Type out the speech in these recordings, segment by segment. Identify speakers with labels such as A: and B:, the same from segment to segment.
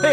A: Hey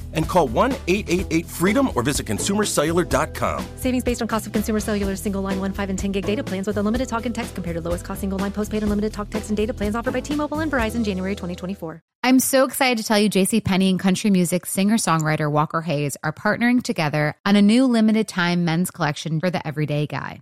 A: and call 1 888 freedom or visit consumercellular.com.
B: Savings based on cost of consumer cellular single line 1, 5, and 10 gig data plans with unlimited talk and text compared to lowest cost single line postpaid unlimited talk, text, and data plans offered by T Mobile and Verizon January 2024.
C: I'm so excited to tell you JC Penney and country music singer-songwriter Walker Hayes are partnering together on a new limited time men's collection for the everyday guy.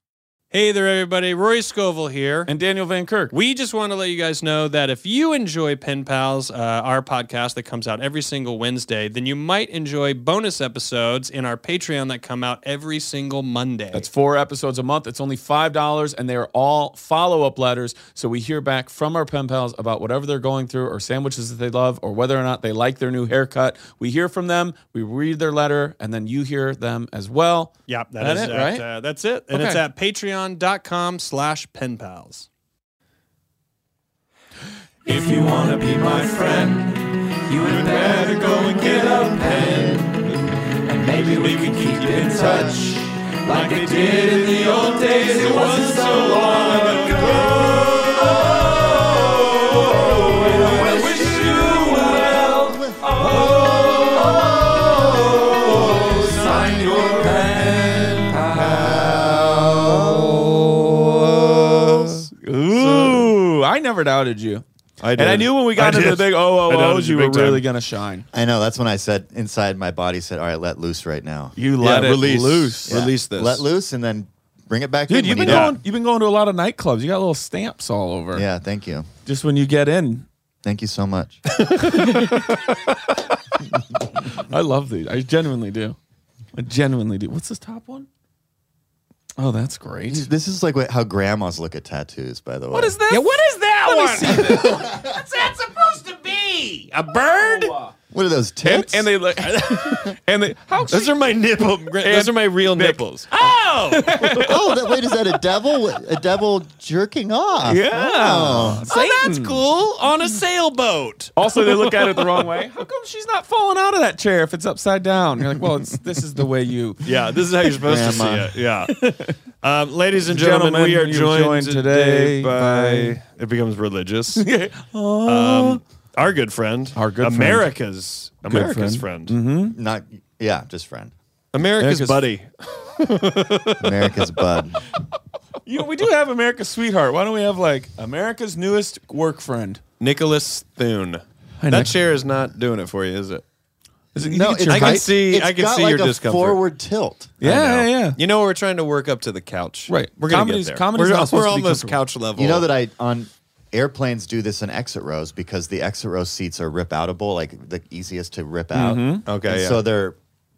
D: Hey there, everybody. Roy Scoville here.
E: and Daniel Van Kirk.
D: We just want to let you guys know that if you enjoy Pen Pals, uh, our podcast that comes out every single Wednesday, then you might enjoy bonus episodes in our Patreon that come out every single Monday.
E: That's four episodes a month. It's only $5, and they are all follow up letters. So we hear back from our pen pals about whatever they're going through, or sandwiches that they love, or whether or not they like their new haircut. We hear from them, we read their letter, and then you hear them as well.
D: yep,
E: That
D: that is
E: it,
D: at,
E: right?
D: uh, that's it. And it's
E: Okay.
D: at patreon.com slash pen pals.
E: If you want to be my friend, you had better go and get a pen. And maybe we can keep in touch like they did in the old days. It wasn't so long ago. And I wish you well. Oh, sign your pen pals. Ooh, I never doubted you.
F: I
E: And I knew when we got
F: I
E: into the
F: did.
E: big oh
F: I
E: oh
F: doubted
E: ohs, you
F: you
E: were
F: big time.
E: really gonna shine.
G: I know. That's when I said inside my body said, "All right, let loose right now."
E: You
F: Yeah,
E: let it
F: release.
E: loose.
F: Yeah.
E: Release this.
G: Let loose and then bring it back in.
E: Dude, you've
G: when
E: been
G: you
E: going. You've been going to a lot of nightclubs. You got little stamps all over.
G: Yeah, thank you.
E: Just when you get in,
G: Thank you so much.
E: I love these. I genuinely do. I genuinely do. What's this top one? Oh, that's great.
G: this is like what, how grandmas look at tattoos, by the way.
E: What is that? Yeah, what is that one? What's that supposed to be? A bird?
G: What are those
E: And,
G: tits?
E: and they look. and they. How?
F: Those are my nipple. Those are my real nipples.
G: oh, that, wait, is that a devil? A devil jerking off?
E: Yeah.
G: Wow.
F: Oh, that's cool. On a sailboat.
E: Also, they look at it the wrong way. How come she's not falling out of that chair if it's upside down? You're like, well, it's, this is the way you.
F: Yeah, this is how you're supposed
G: Grandma.
F: to see it. Yeah. Um, ladies and gentlemen,
E: Gentlemen,
F: we are
E: you
F: joined,
E: joined
F: today
E: today
F: by,
E: by-
F: It becomes religious. um, our good friend.
E: Our good friend.
F: America's America's friend.
E: friend. Mm-hmm.
G: Not. Yeah, just friend.
F: America's,
E: America's-
F: buddy.
G: America's bud.
E: You know, we do have America's sweetheart. Why don't we have like America's newest work friend?
F: Nicholas Thune. that
E: Nick.
F: chair is not doing it for you, is it?
E: Is it,
G: No,
E: you get
G: it's
E: your
F: I can
E: height?
G: right-
F: see-
G: it's
F: I can
G: got
F: see
G: like
F: your
G: a
F: discomfort.
G: Forward tilt.
E: Yeah, yeah, yeah.
F: You know, we're trying to work up to the couch.
E: Right.
F: We're going to get
E: Comedy's-
F: there.
E: comedy's
F: we're
E: not supposed
F: we're
E: to be
F: almost
E: comfortable.
F: couch level.
G: You know that I on airplanes do this in exit rows because the exit row seats are rip outable, like the easiest to rip out.
F: Okay,
G: And
F: yeah.
G: So they're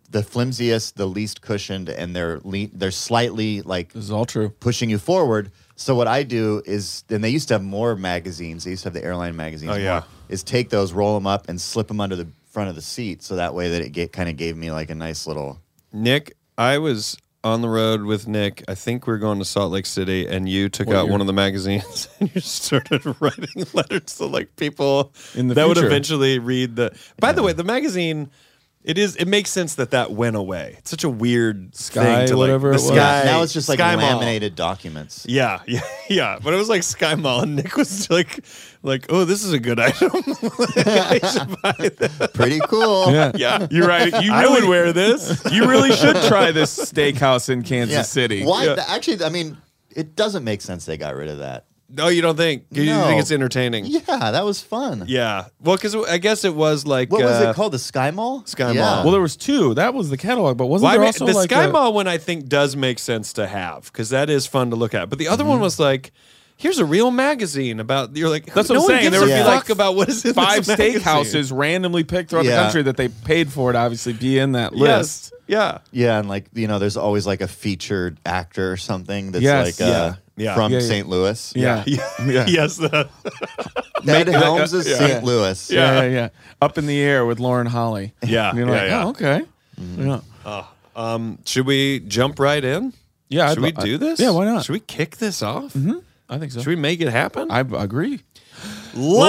G: the flimsiest, the least cushioned, and they're le- they're slightly like
E: This is all true.
G: pushing you forward. So what I do is, and they used to have more magazines. They used to have the airline magazines.
F: Oh, yeah.
G: more, Is take those, roll them up, and slip them under the front of the seat, so that way that it get, kind of gave me like a nice little.
F: Nick, I was on the road with Nick. I think we are going to Salt Lake City, and you took out one of the magazines and you started writing letters to like people
E: In the
F: that would
E: future.
F: eventually read the. By the way, the magazine It is. It makes sense that that went away. It's such a weird
E: Sky,
F: thing to, like,
E: whatever
F: the
E: it was.
F: sky.
G: now it's just like
F: Sky Mall.
G: laminated documents.
F: Yeah, yeah, yeah. But it was like Sky Mall, and Nick was like, like, oh, this is a good item. Like, I should buy this.
G: Pretty cool.
F: Yeah,
E: You're right. You really,
F: I would wear this.
E: You really should try this steakhouse in Kansas
G: Yeah.
E: City.
G: Why? Actually, I mean, it doesn't make sense they got rid of that.
F: No, you don't think. You
G: No.
F: think it's entertaining. Yeah.
G: Yeah, that was fun.
F: Well, because I guess it was like
G: What was
F: uh,
G: it called? The Sky Mall?
F: Sky
G: Yeah.
F: Mall.
E: Well, there was two. That was the catalog, but wasn't
F: Why
E: there
F: ma-
E: also
F: the
E: like
F: Sky
E: a-
F: Mall one I think does make sense to have because that is fun to look at. But the other
E: Mm-hmm.
F: one was like, here's a real magazine about you're like
E: That's
F: no
E: what I'm
F: one gives
E: saying. There
F: a
G: would be,
F: fuck
E: like,
F: about what is in
E: five
F: this magazine.
E: steakhouses randomly picked throughout the
G: Yeah.
E: country that they paid for to obviously be in that
F: Yes.
E: list.
F: Yeah.
G: Yeah, and like you know, there's always like a featured actor or something that's
E: Yes,
G: like uh,
F: yeah, yeah.
G: from
E: Yeah, yeah.
G: St. Louis.
E: Yeah.
F: Yeah. yes. The,
G: Ted Helms is
F: yeah.
G: St. Louis.
E: Yeah. yeah, yeah. Up in the air with Lauren Holly.
F: Yeah,
E: And you're
F: yeah,
E: like,
F: yeah.
E: oh, okay.
G: Mm-hmm.
E: Yeah.
F: um, should we jump right in?
E: Yeah, I'd
F: Should we
E: lo- I-
F: do this?
E: yeah, why not? Mm-hmm.
F: Should we kick this off?
E: I think so.
F: Should we make it happen?
E: I b- agree.
F: Let's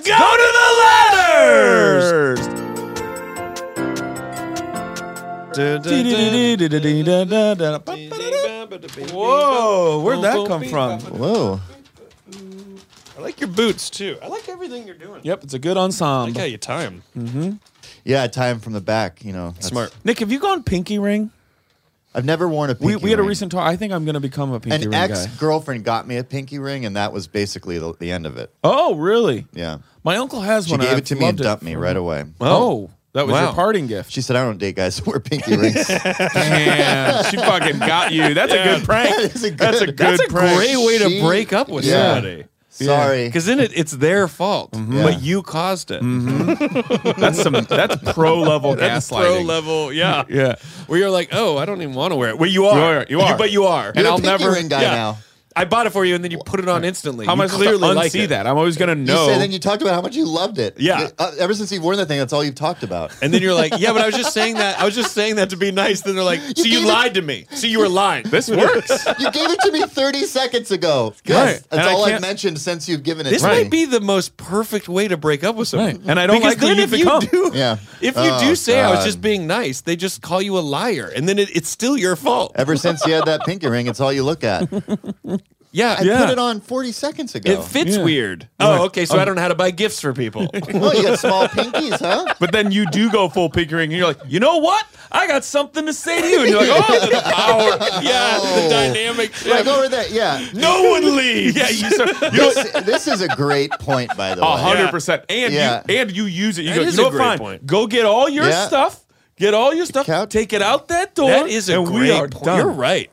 F: go to the letters.
E: Whoa, where'd that come from?
G: Whoa.
F: I like your boots too. I like everything you're doing.
E: Yep, it's a good
D: I like
E: ensemble.
D: how you tie them.
G: Yeah, time from the back. You know, that's-
F: Smart.
E: Nick, have you gone pinky ring?
G: I've never worn a pinky.
E: We, we had a
G: ring.
E: recent talk. I think I'm going to become a pinky
G: An
E: ring
G: ex
E: guy.
G: girlfriend got me a pinky ring, and that was basically the, the end of it.
E: Oh, really?
G: Yeah,
E: My uncle has
G: she
E: one.
G: gave
E: I've
G: it to me and
E: loved
G: dumped me right away.
E: Oh, that was
F: Wow.
E: your parting gift.
G: She said, "I don't date guys who wear pinky rings."
E: Damn, she fucking got you. That's a good prank.
G: That is a good-
E: That's a good
G: That's a
E: prank.
F: Great way to
G: She-
F: break up with
G: Yeah.
F: somebody.
G: Sorry.
F: Because then it, it's their fault,
G: Mm-hmm. Yeah. Mm-hmm.
F: but you caused it.
E: That's some. That's pro level
F: That's
E: gaslighting.
F: pro level, yeah,
E: Yeah.
F: Where you're like, oh, I don't even want to wear it. Well, you are,
E: are, you are.
F: but you are,
G: You're a pinky ring guy now.
F: I bought it for you, and then you put it on instantly.
E: How am
F: you
E: I supposed to unsee
F: like it.
E: that? I'm always gonna
G: You
E: know.
G: said, then you talked about how much you loved it.
F: Yeah.
G: Uh, ever since you've worn that thing, that's all you've talked about.
F: And then you're like, yeah, but I was just saying that. I was just saying that to be nice. Then they're like, so you
G: gave it-
F: lied to me. So you were lying.
E: this works.
G: you gave it to me 30 seconds ago. Yes,
E: Right. And
G: that's
E: I
G: all I've
E: can't-
G: mentioned since you've given it.
F: This
G: to me.
F: might be the most perfect way to break up with someone.
E: Right. And I don't
F: because
E: like who
F: then
E: you've
F: if you
E: become.
F: do,
G: Yeah.
F: if you
G: Oh,
F: do say I was just
G: God.
F: being nice, they just call you a liar, and then it, it's still your fault.
G: Ever since you had that pinky ring, it's all you look at.
F: Yeah,
G: I
E: Yeah.
G: put it on 40 seconds ago.
F: it fits
E: Yeah. um,
F: weird. Oh, okay, so I don't know how to buy gifts for people.
G: oh, you got small pinkies, huh?
E: But then you do go full pinky ring, and you're like, you know what? I got something to say to you, and you're like, oh, the power.
F: yeah, the
G: Oh.
F: dynamic.
G: Like oh, over there, yeah.
F: No one leaves.
E: Yeah, you start. You know,
G: This, this is a great point, by the way.
E: a hundred percent. And
G: Yeah.
E: you and you use it. You
F: That
E: go, you
F: is
E: know
F: a
E: what?
F: great
E: Fine.
F: point.
E: Go get all your
G: Yeah.
E: stuff. Get all your stuff.
G: Count-
E: Take it out that door.
F: That is a
E: and
F: great
E: we are
F: point.
E: done.
F: You're right.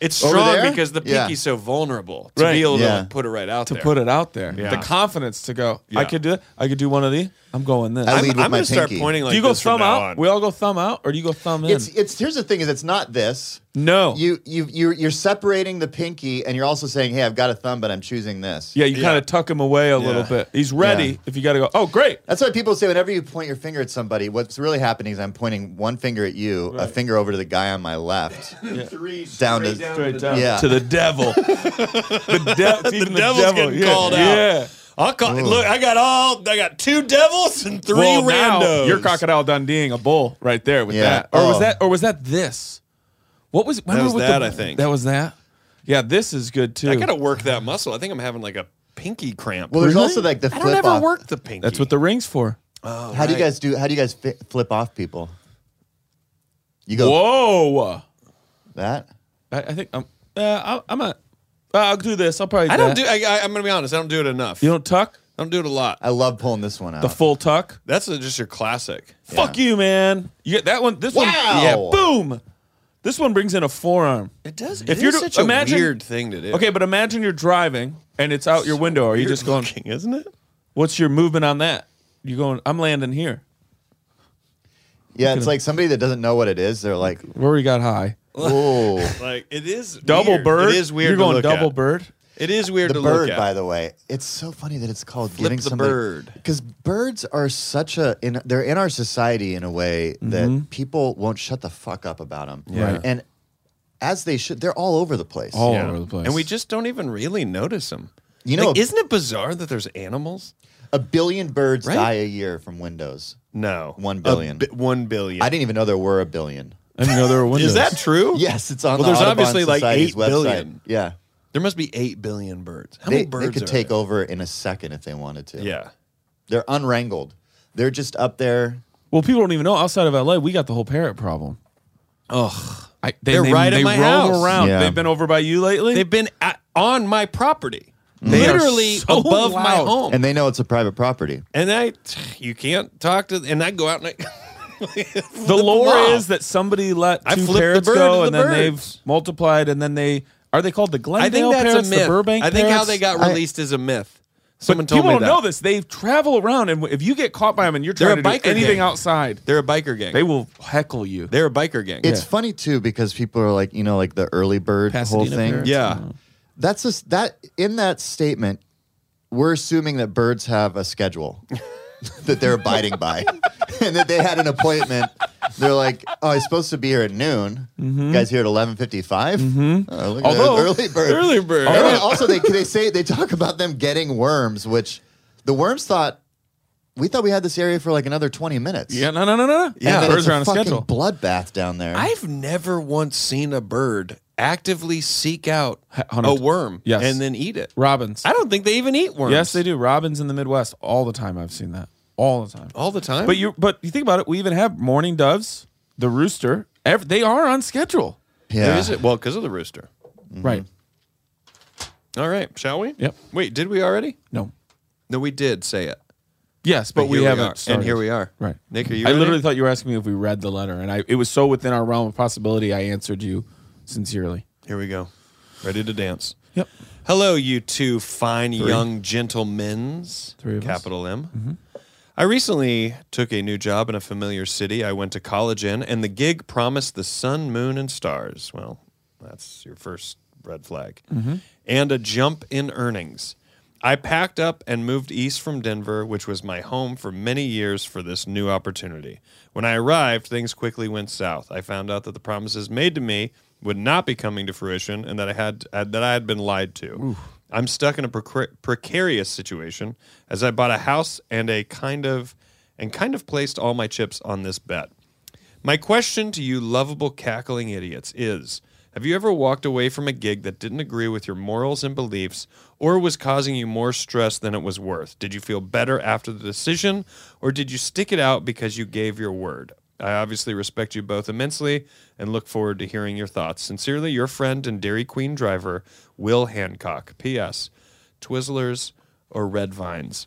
F: It's
G: Over
F: strong
G: there?
F: because the
G: Yeah.
F: pinky's so vulnerable to
E: Right.
F: be able
G: Yeah.
F: to put it right out
E: to
F: there.
E: put it out there.
F: Yeah.
E: The confidence to go,
F: Yeah.
E: I could do it. I could do one of these. I'm going this.
G: I
F: I'm,
G: lead with
F: I'm
G: my
F: gonna start
G: pinky.
F: pointing like
E: do you go
F: this from
E: thumb
F: now
E: out?
F: on.
E: We all go thumb out, or do you go thumb in?
G: It's it's here's the thing is it's not this.
E: no.
G: You you you you're separating the pinky and you're also saying, "Hey, I've got a thumb, but I'm choosing this."
E: yeah, you kind of tuck him away a little bit. He's ready.
G: Yeah.
E: If you got to go, oh great.
G: That's why people say whenever you point your finger at somebody, what's really happening is I'm pointing one finger at you, a finger over to the guy on my left,
F: Three
G: down to
E: Straight down
G: Yeah.
E: to the devil. the, de- even the
F: devil's
E: devil.
F: getting
E: yeah.
F: called out.
E: Yeah.
F: I'll call, look, I got all I got two devils and three
E: well, now
F: randos.
E: you're crocodile Dundeeing a bull right there with
G: Yeah.
E: that. Or was
G: Oh.
E: that? Or was that this? What was? That
F: was that, I think.
E: That was that. Yeah, this is good too.
F: I gotta work that muscle. I think I'm having like a pinky cramp.
G: Well, there's also like the
F: I
G: flip
F: don't ever
G: off.
F: work the pinky.
E: That's what the rings for.
G: how do you guys do? How do you guys fi- flip off people? You go
E: Whoa.
G: that.
E: I, I think I'm. Uh, I'll, I'm a. Uh, I'll do this. I'll probably.
F: um, I don't do.
E: that.
F: I, I, I'm gonna be honest. I don't do it enough.
E: You don't tuck
F: I don't do it a lot.
G: I love pulling this one out.
F: Uh,
E: the full tuck.
F: That's a, just your classic.
E: Fuck you, man. You get that one. This one.
G: Wow.
E: Yeah. Boom. This one brings in a forearm.
F: It does.
E: If you're to-
F: such a
E: imagine-
F: weird thing to do.
E: Okay, but imagine you're driving and it's out your window. Are you
F: Weird
E: just going?
F: looking, isn't it?
E: What's your movement on that? You going? I'm landing here.
G: yeah, it's like somebody that doesn't know what it is. They're like,
E: Rory got high.
G: "Whoa."
F: Like it is
E: Double
F: weird.
E: bird.
F: It is weird.
E: You're
F: to
E: going
F: look
E: double
F: at.
E: bird.
F: It is weird
G: the
F: to
G: bird,
F: look at.
G: by the way. It's so funny that it's called
F: Flip
G: giving
F: the
G: somebody,
F: bird.
G: Because birds are such a in they're in our society in a way that people won't shut the fuck up about them.
E: Mm-hmm. Yeah. Right.
G: And as they should, they're all over the place.
E: All
F: Yeah.
E: over the place.
F: And we just don't even really notice them.
G: You know,
F: Like,
G: a,
F: isn't it bizarre that there's animals?
G: a billion birds
F: Right?
G: die a year from windows.
F: No,
G: One
F: A
G: billion.
F: bi- one billion.
G: I didn't even know there were a billion.
E: I didn't know there were windows.
F: Is that true?
G: Yes, it's
F: Well,
G: on the
F: there's
G: Audubon
F: obviously, like,
G: Society's
F: 8
G: website.
F: billion.
G: Yeah.
F: There must be eight billion birds. How
G: They,
F: many
G: they
F: birds
G: could
F: are
G: take
F: there?
G: over in a second if they wanted to.
F: Yeah.
G: They're unwrangled. They're just up there.
E: Well, people don't even know outside of LA, we got the whole parrot problem. Ugh. I, they,
F: They're
E: they,
F: right at
E: they
F: my
E: roam
F: house.
E: around.
G: Yeah.
E: They've been over by you lately.
F: They've been at, on my property,
G: Mm.
E: They are
F: literally
E: so
F: above my
E: loud.
F: home,
G: And they know it's a private property.
F: and I, you can't talk to. And I go out and I,
E: the lore
F: off.
E: is that somebody let
F: I
E: two
F: flipped the
E: parrots
F: bird
E: go,
F: to
E: and
F: the
E: then
F: birds.
E: they've multiplied, and then they are they called
F: I
E: the Glendale
F: think that's
E: parrots,
F: a myth.
E: the Burbank.
F: I think how
E: parrots?
F: they got
G: I-
F: released is a myth.
E: But
F: Someone told
E: people
F: me
E: don't
F: that.
E: know this. They travel around, and if you get caught by them and you're
F: They're
E: trying
F: a
E: to do
F: biker
E: anything
F: gang.
E: outside,
F: They're a biker gang.
E: they will heckle you.
F: They're a biker gang.
G: It's funny too because people are like, you know, like the early bird whole
E: Pasadena
G: thing.
E: parrots.
F: yeah.
G: That's just that in that statement, we're assuming that birds have a schedule that they're abiding by and that they had an appointment. They're like, oh, I'm supposed to be here at noon. You guys here at 11:55. Oh, look at
E: Mm-hmm. Although-
G: that early bird,
E: Early bird.
F: Oh,
G: And then also, they they say they talk about them getting worms, which the worms thought we thought we had this area for like another 20 minutes.
E: Yeah, no, no, no, no.
G: And then
E: birds
G: it's
E: are on
G: a
E: a
G: fucking
E: schedule.
G: bloodbath down there.
F: I've never once seen a bird actively seek out
E: hold
F: a
E: on.
F: worm
E: Yes.
F: and then eat it.
E: Robins.
F: I don't think they even eat worms.
E: Yes, they do. Robins in the Midwest all the time. I've seen that all the time.
F: all the time.
E: But you, but you think about it. We even have mourning doves, the rooster. Ev they are on schedule.
F: There
G: yeah.
F: is it? Well, because of the rooster.
E: Right.
F: All right, shall we?
E: Yep.
F: Wait, did we already?
E: No.
F: No, we did say it,
E: Yes, but, we
F: here
E: haven't.
F: are.
E: started.
F: and here we are.
E: Right.
F: Nick, are you?
E: I
F: ready?
E: literally thought you were asking me if we read the letter, and I it was so within our realm of possibility. I answered you sincerely.
F: Here we go. Ready to dance.
E: Yep.
F: Hello, you two fine young gentlemen's.
E: Three of us. Mm-hmm.
F: capital M. I recently took a new job in a familiar city I went to college in, and the gig promised the sun, moon, and stars. Well, that's your first red flag. And a jump in earnings. I packed up and moved east from Denver, which was my home for many years, for this new opportunity. When I arrived, things quickly went south. I found out that the promises made to me would not be coming to fruition, and that I had that I had been lied to. I'm stuck in a precar- precarious situation as I bought a house and a kind of and kind of placed all my chips on this bet. My question to you lovable cackling idiots is have you ever walked away from a gig that didn't agree with your morals and beliefs or was causing you more stress than it was worth? Did you feel better after the decision or did you stick it out because you gave your word? I obviously respect you both immensely and look forward to hearing your thoughts. Sincerely, your friend and Dairy Queen driver, Will Hancock. P.S. Twizzlers or Red Vines?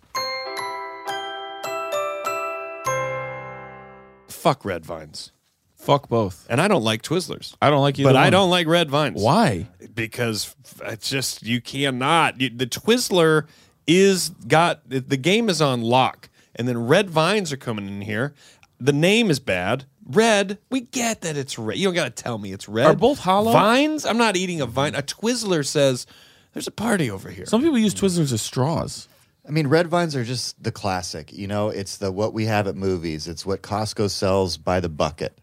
F: Fuck Red Vines.
E: Fuck both.
F: And I don't like Twizzlers.
E: I don't like either.
F: But I
E: one.
F: don't like red vines.
E: Why?
F: Because f- it's just you cannot. You, the Twizzler is got the the game is on lock, and then red vines are coming in here. The name is bad. Red, we get that it's red. You don't got to tell me it's red.
E: Are both hollow?
F: Vines? I'm not eating a vine. A Twizzler says there's a party over here.
E: Some people use Twizzlers as straws.
G: I mean, red vines are just the classic. You know, it's the what we have at movies. It's what Costco sells by the bucket.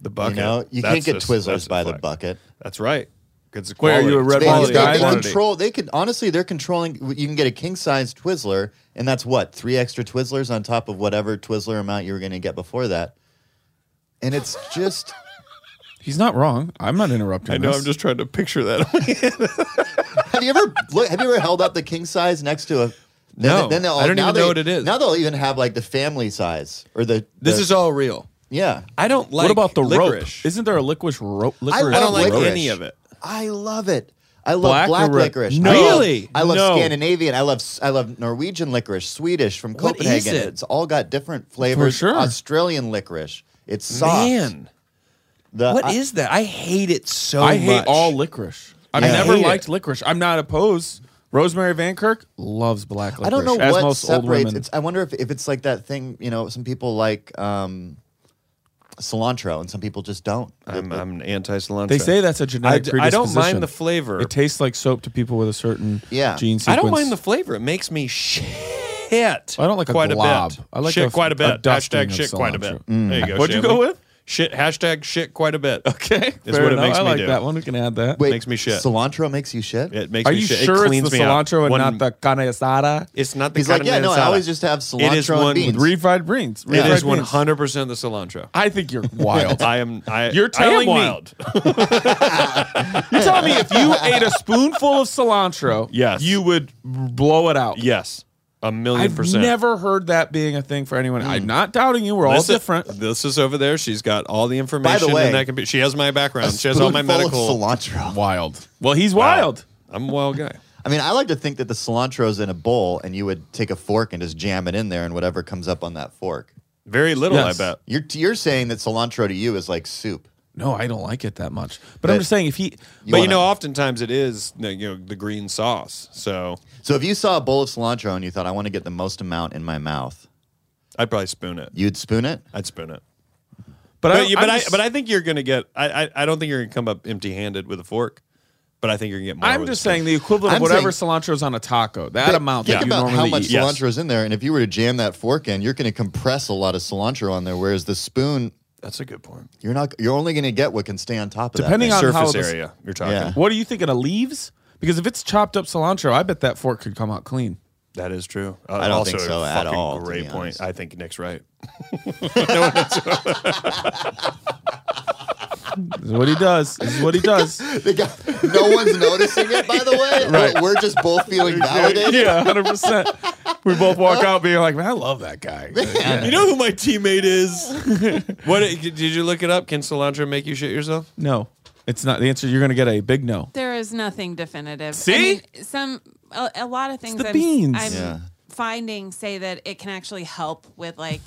F: the bucket.
G: You know, you
F: That's
G: can't get
F: a- that's
G: Twizzlers
F: a
G: by the
F: flag.
G: bucket.
F: That's right. 'Cause it's
E: Wait, are you a
F: quality.
E: Red
G: They,
F: It's
E: Vines
F: quality.
G: they-
E: guy
G: they
E: then?
F: Quantity.
G: control. They can honestly, they're controlling. You can get a king size Twizzler, and that's what three extra Twizzlers on top of whatever Twizzler amount you were going to get before that. And it's just
E: He's not wrong. I'm not interrupting.
F: I know.
E: this.
F: I'm just trying to picture that.
G: have you ever look, have you ever held up the king size next to a
F: No.
G: then- they'll-
F: I don't
G: now
F: even
G: they-
F: know what it is.
G: Now they'll even have like the family size or the.
F: this
G: the-
F: is all real.
G: yeah.
F: I don't like.
E: what about the
F: licorice.
E: rope? Isn't there a licorice rope?
G: I,
E: Licorice
G: love
F: don't like
G: licorice.
F: any of it.
G: I love it. I love
E: Black
G: black,
E: or red?
G: licorice.
E: No.
G: I love-
F: Really?
G: I love
F: No.
G: Scandinavian. I love I love Norwegian licorice, Swedish from
F: What is
G: Copenhagen.
F: it?
G: It's all got different flavors.
E: sure.
G: Australian licorice. It's soft.
F: Man,
G: the,
F: what is
G: I-
F: that? Uh, I hate it so
E: I
F: much.
E: hate all licorice. I've
F: Yeah.
E: never
F: Hate it.
E: liked licorice. I'm not opposed. Rosemary Van Kirk loves black licorice.
G: I don't know
E: as
G: what
E: most old
G: separates.
E: women.
G: It's, I wonder if, if it's like that thing. You know, some people like um, cilantro, and some people just don't.
F: I'm, I'm anti cilantro.
E: They say that's a
F: I,
E: genetic
F: d- I don't
E: predisposition.
F: mind the flavor.
E: It tastes like soap to people with a certain
G: Yeah.
E: gene sequence.
F: I don't mind the flavor. It makes me shit.
E: I don't like a
F: quite
E: glob.
F: a bit.
E: I like
F: shit
E: a-
F: quite a
E: a
F: bit.
E: dusting
F: Hashtag
E: of
F: shit quite a bit.
E: cilantro. Mm.
F: There you go.
E: What'd you go
F: Shanley.
E: with?
F: shit hashtag shit quite a bit.
E: Okay,
F: Is
E: fair
F: what it
E: enough.
F: makes
E: I
F: me
E: like
F: do.
E: that one. We can add that.
G: Wait,
F: makes me shit.
G: Cilantro makes you shit.
F: It makes
E: Are
F: me
E: you
F: shit.
E: sure
F: it
E: it's
F: cleans
E: the
F: me up.
E: cilantro and
F: One-
E: not the carne asada?
F: It's not the.
G: He's like,
F: carne
G: yeah, no, I
F: asada.
G: always just have
F: It is
G: cilantro and
F: one.
G: beans.
E: Refried beans.
F: It
E: refried
F: is one
E: beans.
F: hundred percent the cilantro.
E: I think you're wild.
F: I am. I,
E: You're
F: I am
E: telling me-
F: wild.
E: you're telling me if you ate a spoonful of cilantro,
F: Yes.
E: you would blow it out.
F: Yes, a 1000000
E: I've
F: percent.
E: never heard that being a thing for anyone. I'm not doubting you. We're all
F: This is-
E: different.
F: this is over there. She's got all the information.
G: way,
F: and that can be, she has my background. She has all my
G: Spoonful
F: medical.
G: of cilantro.
E: wild. Well, he's
F: Wow.
E: wild.
F: I'm a wild guy.
G: I mean, I like to think that the cilantro's in a bowl, and you would take a fork and just jam it in there, and whatever comes up on that fork.
F: Very little,
E: Yes.
F: I bet.
G: You're you're saying that cilantro to you is like soup.
E: No, I don't like it that much. But, I'm
G: But-
E: just saying, if he,
G: You
F: but you
G: wanna-
F: know, oftentimes it is you know the green sauce. So
G: So if you saw a bowl of cilantro and you thought, I want to get the most amount in my mouth,
F: I'd probably spoon it.
G: you'd spoon it.
F: I'd spoon it.
E: but
F: But, you-
E: I,
F: but I,
E: just-
F: but I think you're gonna get. I, I I don't think you're gonna come up empty-handed with a fork. But I think you're gonna get more.
E: I'm
F: with a
E: just
F: spoon.
E: saying the equivalent of
G: I'm
E: whatever
G: saying-
E: cilantro's on a taco. That amount
G: Think
E: that you
G: about
E: normally
G: how much
E: eat.
F: Yeah.
G: cilantro's in there, and if you were to jam that fork in, you're going to compress a lot of cilantro on there. Whereas the spoon,
F: that's a good point.
G: you're not. You're only going to get what can stay on top of
E: Depending
G: that.
E: on how
F: Surface
E: this-
F: area. You're talking.
G: Yeah.
E: What are you thinking of leaves? Because if it's chopped up cilantro, I bet that fork could come out clean.
F: That is true. Uh,
G: don't
F: also
G: think
F: a
G: so at
F: fucking
G: all, to
F: Great
G: be
F: point.
G: honest.
F: I think Nick's right.
E: This is what he does. This is what he does.
G: They got- no one's noticing it, by the way. But We're just both feeling validated.
E: yeah, hundred percent. We both walk out being like, "Man, I love that guy."
F: You know who my teammate is? what did you look it up? Can cilantro make you shit yourself?
E: No, it's not the answer. You're going to get a big no.
H: There is nothing definitive. I
E: See?
H: mean, some a, a lot of things
E: the
H: I'm,
E: beans.
H: I'm
G: Yeah.
H: finding say that it can actually help with like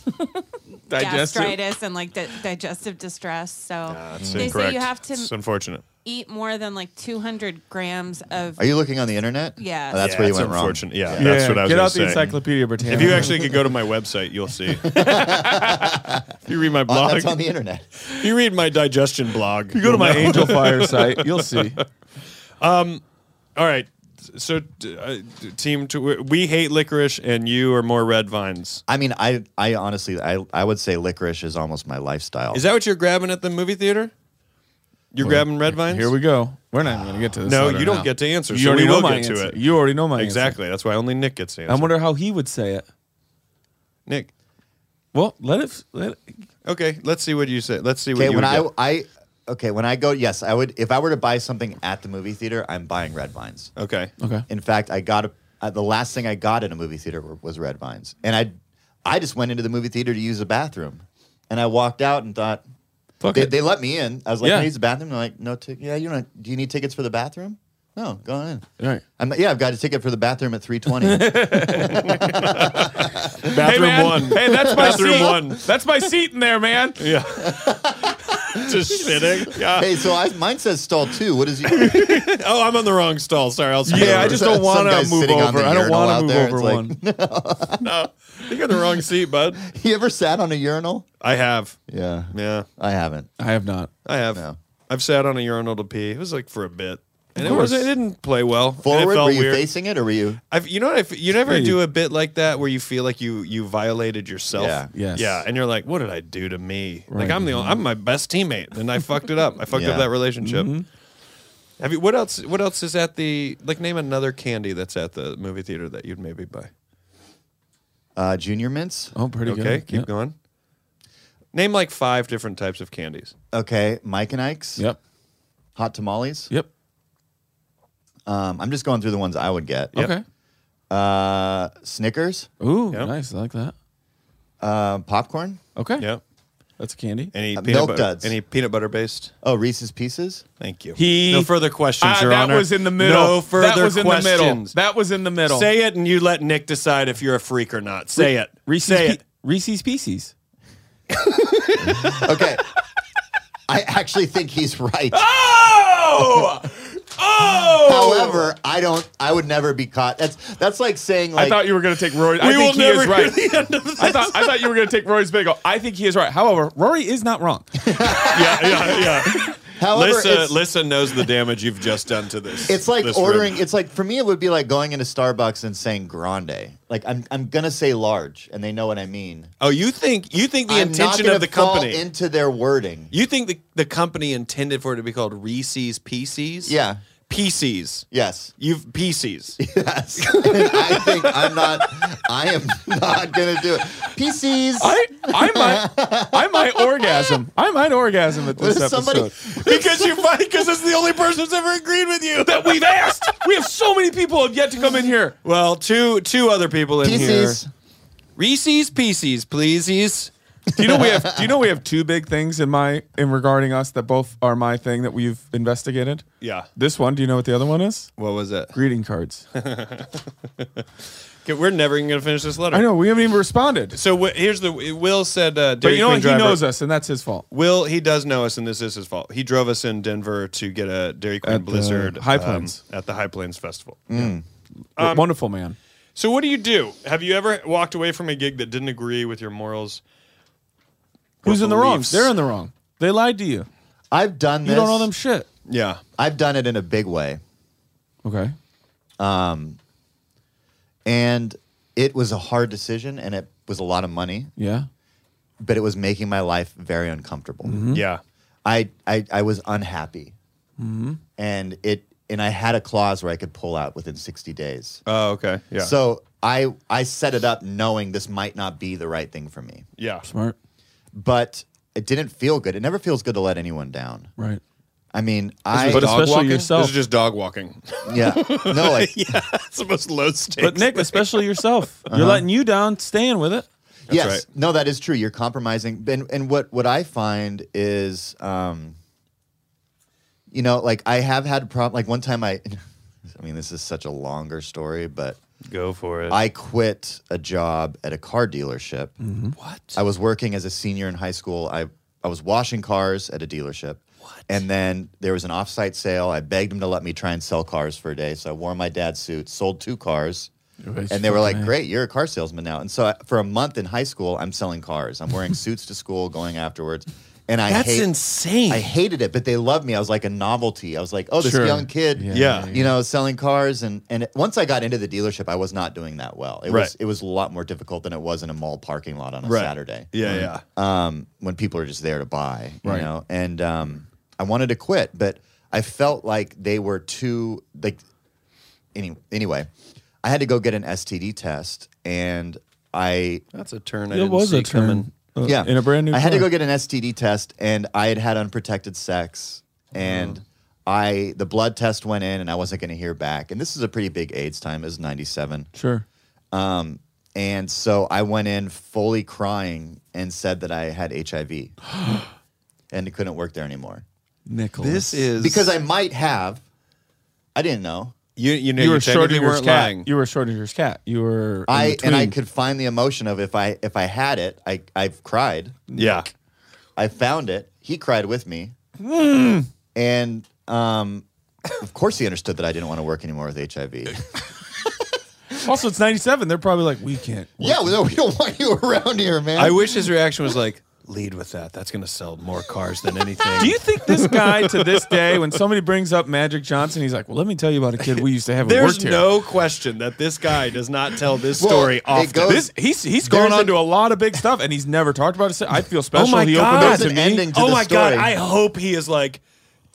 E: Digestive.
H: gastritis and like di- digestive distress. So
F: That's
H: they
F: incorrect.
H: say you have to
F: It's unfortunate.
H: eat more than like 200 grams of.
G: Are you looking on the internet?
H: Yes.
G: Oh, that's
F: Yeah,
G: where you
F: it's
G: went wrong.
F: unfortunate. Yeah, that's what I was
E: Get
F: gonna
E: out
F: say.
E: the Encyclopedia Britannica.
F: If you actually could go to my website, you'll see. if you read my
G: Oh,
F: blog,
G: that's on the internet.
F: if you read my digestion blog.
E: you go to my Angel Fire site, you'll see.
F: All right. So, uh, team, two, we hate licorice, and you are more red vines.
G: I mean, I, I honestly, I, I would say licorice is almost my lifestyle.
F: Is that what you're grabbing at the movie theater? You're grabbing red vines.
E: Here we go. We're not even going to get to this.
F: No,
E: letter
F: you don't
E: now.
F: get to answer,
E: You
F: so
E: already
F: we
E: know
F: will
E: my
F: get to
E: answer.
F: it.
E: You already know my answer.
F: Exactly. That's why only Nick gets the answer.
E: I wonder how he would say it.
F: Nick.
E: Well, let it. Let it
F: Okay, let's see what you say. Let's see what
G: Okay,
F: you
G: when
F: would
G: I,
F: get.
G: I, okay, when I go, yes, I would. If I were to buy something at the movie theater, I'm buying red vines.
F: Okay.
E: okay.
G: In fact, I got a, uh, the last thing I got in a movie theater were, was red vines, and I, I just went into the movie theater to use the bathroom, and I walked out and thought,
E: Fuck
G: they,
E: it.
G: they let me in. I was like,
E: Yeah.
G: can I use the bathroom? They're like, no, tic- yeah, you don't. Do you need tickets for the bathroom? No, go on in.
E: All right.
G: I'm, yeah, I've got a ticket for the bathroom at 320.
F: Bathroom one.
E: Hey, that's my
F: Bathroom
E: seat.
F: one.
E: That's my seat in there, man.
F: Yeah. Just shitting. Yeah.
G: hey, so I, mine says stall two. What is you?
F: Oh, I'm on the wrong stall. Sorry, I'll.
E: Yeah, I just
G: Some-
E: don't want
G: some
E: to
G: guy's
E: move
G: sitting on
E: over.
G: the
E: I don't
G: urinal
E: want to
G: out
E: move over
G: there. It's like-
E: one.
F: no. You got the wrong seat, bud.
G: you ever sat on a urinal?
F: I have.
G: Yeah,
F: Yeah,
G: I haven't.
E: I have not.
F: I have.
G: No.
F: I've sat on a urinal to pee. It was like for a bit, and it was.
E: course.
F: It didn't play well. and
G: Forward,
F: it felt
G: were you
F: weird.
G: facing it or were you?
F: I've, you know what? I f you never
E: Hey.
F: do a bit like that where you feel like you you violated yourself.
G: Yeah.
E: Yes.
F: Yeah. And you're like, what did I do to me?
E: Right.
F: Like I'm the only, I'm my best teammate, and I fucked it up. I fucked
G: Yeah.
F: up that relationship. Have you? What else? What else is at the like? Name another candy that's at the movie theater that you'd maybe buy.
G: Uh, junior mints.
E: Oh, pretty good.
F: okay, keep
E: Yep.
F: going. Name like five different types of candies.
G: Okay, Mike and Ike's.
E: Yep.
G: Hot tamales.
E: Yep.
G: Um, I'm just going through the ones I would get.
E: Okay.
G: Uh, Snickers.
E: Ooh,
F: Yep.
E: nice. I like that.
G: Uh, popcorn.
E: Okay.
F: Yep.
E: That's a candy.
F: Any
G: Uh,
F: peanut
G: Milk
F: butter,
G: Duds.
F: Any peanut butter based.
G: Oh, Reese's Pieces.
F: Thank you.
E: He-
F: no further questions,
E: Ah,
F: Your
E: that
F: Honor.
E: was in the middle.
F: No further
E: that was in
F: questions.
E: the middle. That was in the middle.
F: Say it, and you let Nick decide if you're a freak or not. Say it.
E: Reese's
F: Say
E: Pe-
F: it.
E: Reese's Pieces.
G: Okay. I actually think he's right.
E: Oh! oh!
G: However, I don't. I would never be caught. That's that's like saying like
E: I thought you were going to take Roy. I
F: We
E: think
F: will
E: he
F: never
E: is right.
F: hear the end of this.
E: I thought I thought you were going to take Roy's bagel. I think he is right. However, Rory is not wrong.
F: yeah, yeah, yeah.
G: However,
F: Lissa,
G: it's-
F: Lissa knows the damage you've just done to this.
G: It's like
F: this
G: ordering.
F: room.
G: It's like for me, it would be like going into Starbucks and saying grande. Like I'm, I'm gonna say large, and they know what I mean.
F: Oh, you think you think the
G: I'm not
F: intention
G: gonna
F: of the
G: fall
F: company?
G: into their wording.
F: you think the, the company intended for it to be called Reese's PCs?
G: Yeah.
F: PCs.
G: Yes,
F: You've PCs.
G: yes. I think I'm not. I am not gonna do it. PCs.
E: I, I might I might orgasm. I might orgasm at this
G: What if somebody-
E: episode because you find because it's the only person who's ever agreed with you that we've asked. We have so many people have yet to come in here.
F: Well, two two other people in
G: PCs.
F: here. Reese's PCs, please.
E: Do you know we have? Do you know we have two big things in my in regarding us that both are my thing that we've investigated.
F: Yeah.
E: This one. Do you know what the other one is?
F: What was it?
E: Greeting cards.
F: We're never even gonna finish this letter.
E: I know we haven't even responded.
F: So wh- here's the Will said. Uh,
E: But
F: Dairy
E: you know
F: Queen
E: what? He
F: driver-
E: knows us, and that's his fault.
F: Will he does know us, and this is his fault. He drove us in Denver to get a Dairy Queen
E: At the
F: Blizzard
E: High
F: um,
E: Plains.
F: at the High Plains Festival.
E: Wonderful man.
F: So what do you do? Have you ever walked away from a gig that didn't agree with your morals? or
E: Who's in the wrong?
F: beliefs?
E: They're in the wrong. They lied to you.
G: I've done
E: You
G: this.
E: don't owe them shit.
F: Yeah.
G: I've done it in a big way,
E: Okay.
G: and it was a hard decision, and it was a lot of money,
E: Yeah.
G: but it was making my life very uncomfortable.
E: Hmm?
F: Yeah.
G: I I, I was unhappy,
F: Mm-hmm.
G: and it and I had a clause where I could pull out within sixty days.
F: Oh, okay. Yeah.
G: So I I set it up knowing this might not be the right thing for me,
F: yeah.
E: Smart.
G: but it didn't feel good. It never feels good to let anyone down.
E: Right.
G: I mean, I
E: But especially
F: walking?
E: yourself.
F: This is just dog walking.
G: yeah no like
F: yeah, it's the most low stakes.
E: But Nick, especially yourself, you're letting you down, staying with it.
G: yes
F: right.
G: no that is true. You're compromising, and and what what I find is um, you know like I have had problem like one time I, I mean this is such a longer story, but
F: go for it.
G: I quit a job at a car dealership. What? I was working as a senior in high school. I, I was washing cars at a dealership. What? And then there was an offsite sale. I begged him to let me try and sell cars for a day. So I wore my dad's suit, sold two cars. And they were like, great, you're a car salesman now. And so I, for a month in high school, I'm selling cars. I'm wearing suits to school, going afterwards. And I
F: That's
G: hate-
F: insane.
G: I hated it, but they loved me. I was like a novelty. I was like, oh, this
E: Sure.
G: young kid,
F: Yeah.
G: you know, selling cars. And and once I got into the dealership, I was not doing that well. It
F: Right.
G: was it was a lot more difficult than it was in a mall parking lot on a Saturday.
F: Yeah, yeah.
G: Um, when people are just there to buy, you know. And um, I wanted to quit, but I felt like they were too like. Any, anyway, I had to go get an STD test, and I
F: That's a turn. I
E: It
F: didn't
E: was
F: see
E: a turn.
F: coming.
E: Uh,
G: yeah.
E: In a brand new.
G: I had to
E: car.
G: go get an STD test and I had had unprotected sex and
E: Oh.
G: I the blood test went in and I wasn't going to hear back. And this is a pretty big AIDS time. It was 97.
E: Sure.
G: And so I went in fully crying and said that I had HIV. and it couldn't work there anymore.
E: Nicholas.
F: This is
G: Because I might have I didn't know.
F: you you know
E: you were
F: technically
E: Schrodinger's
F: weren't
E: cat.
F: lying.
E: You were Schrodinger's cat. You were. in
G: I
E: between.
G: and I could find the emotion of if I if I had it, I I've cried.
F: yeah.
G: I found it. He cried with me. And um, of course, he understood that I didn't want to work anymore with HIV.
E: Also, it's '97. They're probably like, we can't.
G: yeah, well, no, we don't want you around here, man.
F: I wish his reaction was like, lead with that. That's gonna sell more cars than anything.
E: Do you think this guy to this day, when somebody brings up Magic Johnson, he's like, "Well, let me tell you about a kid we used to have who worked
F: There's
E: here."
F: no question that this guy does not tell this
G: Well,
F: story
G: it
F: often.
G: goes-
E: This he's he's gone
G: There's
E: on
G: a-
E: to a lot of big stuff, and he's never talked about it. I feel special.
F: Oh my
E: he
F: God.
E: opened up
F: There's
E: to
G: an
E: me.
G: ending to
F: oh
G: the
F: my god!
G: story.
F: I hope he is like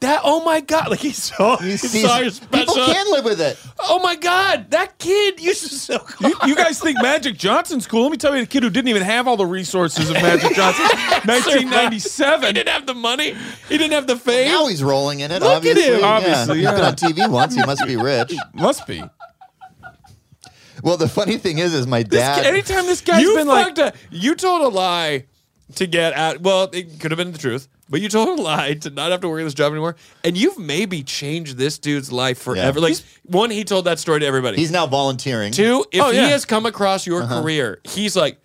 F: that. Oh my god! Like he saw, he
G: He's- he's-
F: saw your
G: people
F: special.
G: can live with it.
F: oh my god! That kid used to sell cars.
E: You, you guys think Magic Johnson's cool? Let me tell you, the kid who didn't even have all the resources of Magic Johnson, 1997.
F: He didn't have the money. He didn't have the fame.
G: Now he's rolling in it.
E: Look at
G: obviously,
E: him.
G: Yeah.
E: Obviously, yeah.
G: He's been on TV once. He must be rich.
E: Must be.
G: Well, the funny thing is, is my
E: This,
G: dad.
E: anytime this guy's
F: you
E: been like,
F: fucked a, you told a lie to get out. Well, it could have been the truth, but you told a lie to not have to worry this job anymore, and you've maybe changed this dude's life forever.
G: Yeah.
F: Like one, he told that story to everybody.
G: he's Uh-huh. now volunteering.
F: Two, if
E: Oh, yeah.
F: he has come across your career, he's like,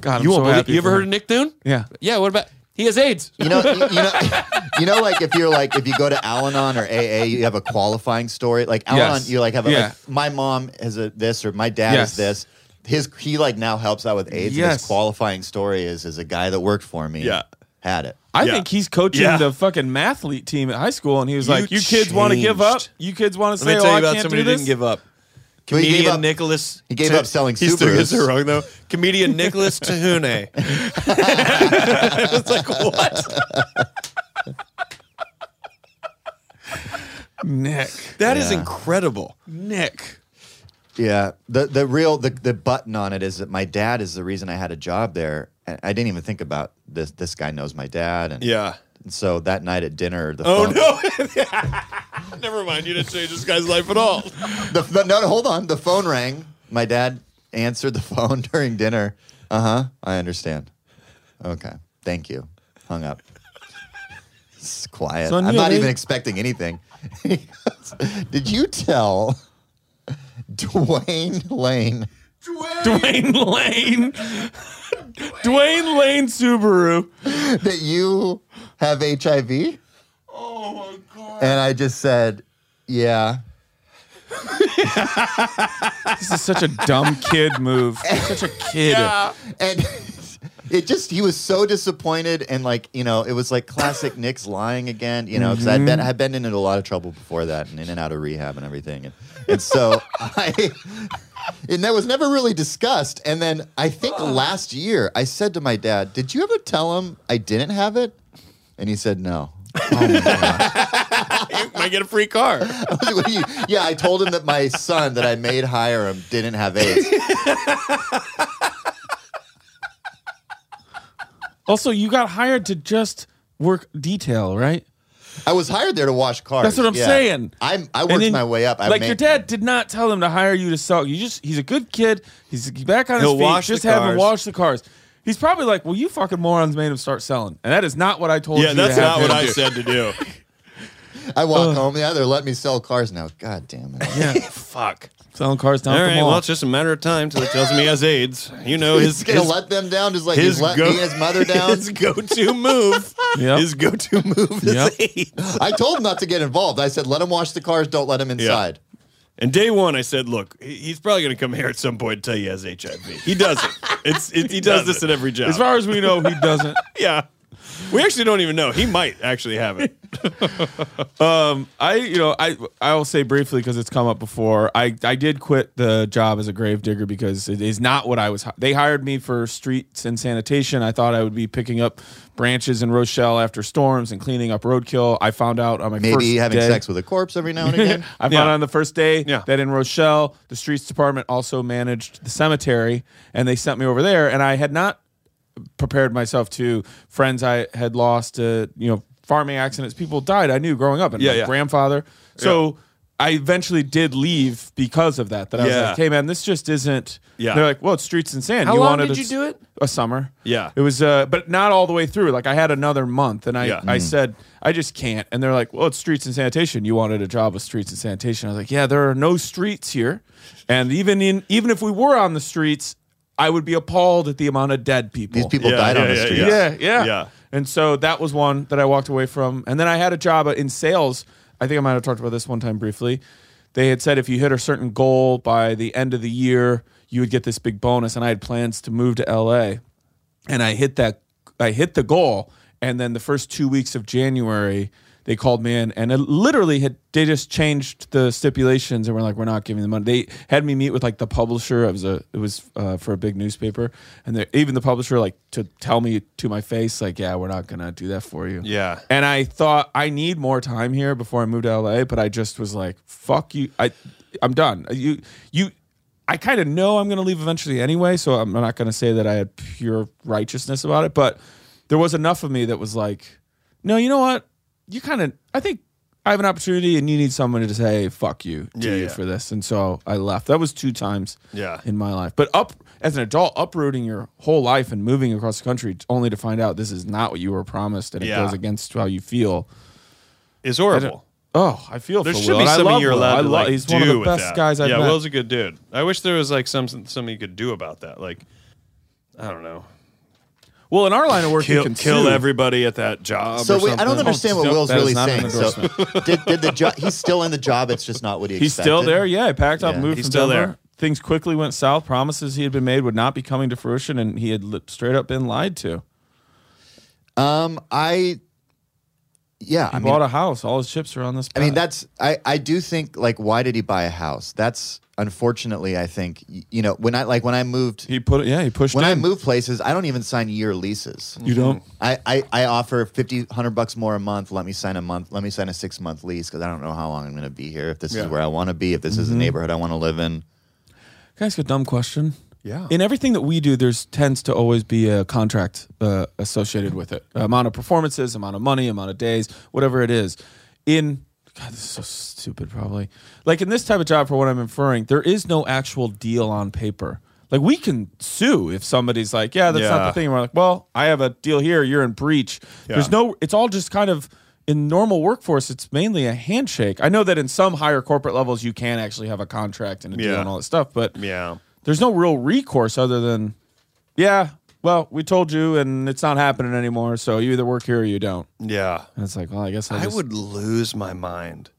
E: God, I'm
F: you,
E: so
F: won't believe-
E: happy
F: you ever
E: for
F: heard of
E: him.
F: Nick Thune?
E: Yeah.
F: Yeah. What about he has AIDS?
G: You know, you, you know, you know, like if you're like if you go to Al-Anon or AA, you have a qualifying story. Like Al-Anon,
E: Yes.
G: you like have a,
E: Yeah.
G: like my mom has a this or my dad
E: Yes.
G: is this. His he like now helps out with AIDS. and
E: Yes.
G: his qualifying story is is a guy that worked for me.
F: Yeah.
G: had it.
E: I
F: Yeah.
E: think he's coaching
F: Yeah.
E: the fucking mathlete team at high school, and he was
F: You
E: like, "You kids want to give up?
F: changed.
E: You kids want to
F: Let
E: say,
F: me
E: oh,
F: tell you
E: I
F: about
E: can't
F: somebody
E: do
F: who
E: this?"
F: didn't give up.
G: Well, he gave
F: Comedian
G: up-
F: Nicholas.
G: he gave up selling
F: He still gets it
G: Subarus.
F: wrong though. Comedian Nicholas Tahune. it's like what?
E: Nick,
F: That is
G: Yeah.
F: incredible.
E: Nick,
G: Yeah. The the real the, the button on it is that my dad is the reason I had a job there. And I didn't even think about this this guy knows my dad and
F: Yeah.
G: and so that night at dinner the
F: Oh
G: phone,
F: no. Never mind. You didn't change this guy's life at all.
G: the, the, no no, hold on the phone rang. My dad answered the phone during dinner. Uh-huh. I understand. Okay. Thank you. Hung up. It's quiet.
E: Son,
G: I'm
E: you
G: not
E: okay?
G: even expecting anything. He goes, Did you tell Dwayne Lane
E: Dwayne Lane, Dwayne Lane Subaru.
G: that you have HIV? Oh my god. And I just said, Yeah.
E: This is such a dumb kid move. Such a kid.
G: And it just he was so disappointed and like, you know, it was like classic Nick's lying again, you know, because
E: Mm-hmm.
G: I'd been I'd been into a lot of trouble before that and in and out of rehab and everything. And and so I and that was never really discussed. And then I think last year I said to my dad, Did you ever tell him I didn't have it? And he said no. Oh my god.
F: You might get a free car.
G: What do you- yeah, I told him that my son that I made hire him didn't have AIDS.
E: Also, you got hired to just work detail, right?
G: I was hired there to wash cars.
E: That's what I'm
G: yeah.
E: saying.
G: I'm, I
E: And
G: worked
E: then,
G: my way up. I
E: like
G: made-
E: your dad did not tell him to hire you to sell. You just he's a good kid. He's back on
F: He'll
E: his feet.
F: wash the
E: just have him
F: cars.
E: wash the cars. He's probably like, "Well, you fucking morons made him start selling," and that is not what I told
F: Yeah,
E: you.
F: that's
E: to have
F: not what
E: him
F: I
E: do.
F: said to do.
G: I walk home. Yeah, they're letting me sell cars now. God damn it.
E: Uh. Yeah,
F: Fuck.
E: selling cars down
F: All
E: at the
F: right.
E: mall.
F: Well, it's just a matter of time till it tells me he has AIDS. You know his
G: he's gonna
F: his,
G: let them down, just like he's let me and his mother down.
F: His go-to move.
E: Yep.
F: His go-to move is
E: Yep.
F: AIDS.
G: I told him not to get involved. I said, let him wash the cars. Don't let him inside.
F: And day one, I said, "Look, he- he's probably going to come here at some point and tell you he has HIV. He doesn't. It's it, he does this at every job.
E: as far as we know, he doesn't.
F: yeah, we actually don't even know. He might actually have it.
E: I you know I I will say briefly because it's come up before. I I did quit the job as a grave digger because it is not what I was. hi- They hired me for streets and sanitation. I thought I would be picking up branches in Rochelle after storms and cleaning up roadkill. I found out on my first
G: Maybe having
E: day-
G: sex with a corpse every now and again.
E: I found
F: Yeah.
E: out on the first day
F: Yeah.
E: that in Rochelle, the streets department also managed the cemetery, and they sent me over there. And I had not prepared myself to friends I had lost to, you know, farming accidents. People died I knew growing up, and
F: Yeah,
E: my
F: yeah.
E: grandfather. So I eventually did leave because of that. That I was
F: Yeah.
E: like, hey man, this just isn't.
F: Yeah.
E: They're like, well, it's streets and sand.
F: How long
E: wanted
F: did
E: a
F: you
E: s-
F: do it?
E: A summer.
F: Yeah.
E: It was, uh, but not all the way through. Like I had another month, and I
F: Yeah.
E: I said I just can't. And they're like, well, it's streets and sanitation. You wanted a job with streets and sanitation. I was like, yeah, there are no streets here, and even in even if we were on the streets, I would be appalled at the amount of dead people.
G: These people
F: Yeah,
G: died on
F: yeah,
G: the
F: yeah,
G: street.
F: yeah.
E: Yeah, yeah,
F: Yeah.
E: And so that was one that I walked away from. And then I had a job in sales. I think I might have talked about this one time briefly. They had said if you hit a certain goal by the end of the year, you would get this big bonus. And I had plans to move to LA, and I hit that. I hit the goal, and then the first two weeks of January. They called me in, and it literally had they just changed the stipulations, and were like, "We're not giving the money." They had me meet with like the publisher. It was a it was uh, for a big newspaper, and they- even the publisher like to tell me to my face, like, "Yeah, we're not gonna do that for you."
F: Yeah.
E: And I thought I need more time here before I moved to LA, but I just was like, "Fuck you, I, I'm done." You, you, I kind of know I'm going to leave eventually anyway, so I'm not going to say that I had pure righteousness about it, but there was enough of me that was like, "No, you know what? You kind of, I think." I have an opportunity, and you need someone to say "fuck you" to
F: Yeah,
E: you
F: yeah.
E: for this, and so I left. That was two times
F: Yeah.
E: in my life. But up as an adult, uprooting your whole life and moving across the country only to find out this is not what you were promised and it
F: Yeah.
E: goes against how you feel.
F: It's horrible.
E: Oh, I feel
F: There
E: for
F: should
E: Will.
F: be
E: and I
F: something
E: love
F: you're
E: Will.
F: allowed
E: I
F: to
E: lo-
F: like
E: He's
F: do
E: one of the
F: with
E: best
F: that.
E: guys I've
F: yeah,
E: met.
F: Will's a good dude. I wish there was like some something you could do about that. Like, I don't know.
E: well, in our line of work, you
F: Kill,
E: can
F: kill
E: sue.
F: everybody at that job.
G: So
F: or
G: wait, I don't
F: something.
G: understand what
E: Oh,
G: Will's
E: that is
G: really
E: not an
G: saying. So did, did the job? He's still in the job. It's just not what he.
E: He's
G: expected.
E: still there. Yeah, I packed up,
G: Yeah.
E: moved
F: He's
E: from
F: still
E: Denver.
F: there.
E: Things quickly went south. Promises he had been made would not be coming to fruition, and he had li- straight up been lied to.
G: Um, I, yeah,
E: He
G: I mean,
E: bought a house. All his chips are on this.
G: I mean,
E: pot.
G: that's I I do think like why did he buy a house? That's unfortunately I think y- you know when I like when I moved
E: he put. Yeah, he pushed.
G: when
E: in.
G: I move places I don't even sign year leases.
E: you don't.
G: I, I, I offer 50, 100 bucks more a month. Let me sign a month. Let me sign a six month lease because I don't know how long I'm going to be here. If this is where I want to be, if this is the neighborhood I want to live in.
E: Can I ask a dumb question?
F: Yeah.
E: In everything that we do, there's tends to always be a contract uh, associated with it. Amount of performances, amount of money, amount of days, whatever it is. In God, this is so stupid. Probably like in this type of job, for what I'm inferring, there is no actual deal on paper. Like we can sue if somebody's like, "Yeah, that's not
F: Yeah.
E: the thing." And we're like, "Well, I have a deal here. You're in breach." There's no. It's all just kind of in normal workforce. It's mainly a handshake. I know that in some higher corporate levels, you can actually have a contract and a deal
F: Yeah.
E: and all that stuff, but
F: Yeah.
E: there's no real recourse other than, yeah, well, we told you and it's not happening anymore. So you either work here or you don't.
F: Yeah.
E: And it's like, well, I guess I,
F: I
E: just-
F: would lose my mind.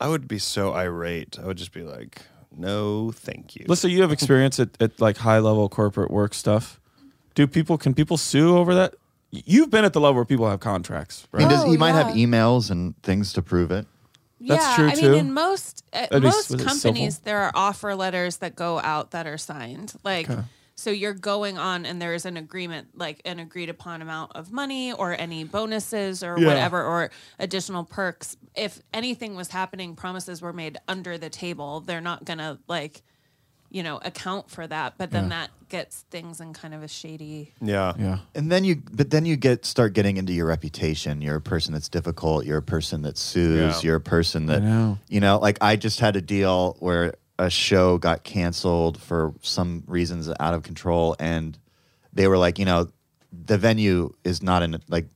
F: I would be so irate. I would just be like, no, thank you.
E: Listen, you have experience at, at like high level corporate work stuff. Do people, can people sue over that? Y- You've been at the level where people have contracts,
G: I mean,
E: right?
G: does,
H: Oh,
G: he might have
H: yeah.
G: emails and things to prove it.
E: That's
H: yeah,
E: true,
H: I
E: too.
H: mean, in most at
E: At least
H: most
E: with the
H: companies,
E: civil.
H: there are offer letters that go out that are signed. Like, so you're going on, and there is an agreement, like an agreed upon amount of money or any bonuses or whatever or additional perks. If anything was happening, promises were made under the table. They're not gonna like, you know, account for that. But then that gets things in kind of a shady.
F: yeah.
E: Yeah.
G: And then you, but then you get start getting into your reputation. You're a person that's difficult. You're a person that sues.
F: Yeah.
G: You're a person that
E: know.
G: you know. Like I just had a deal where a show got canceled for some reasons out of control, and they were like, you know, the venue is not in like.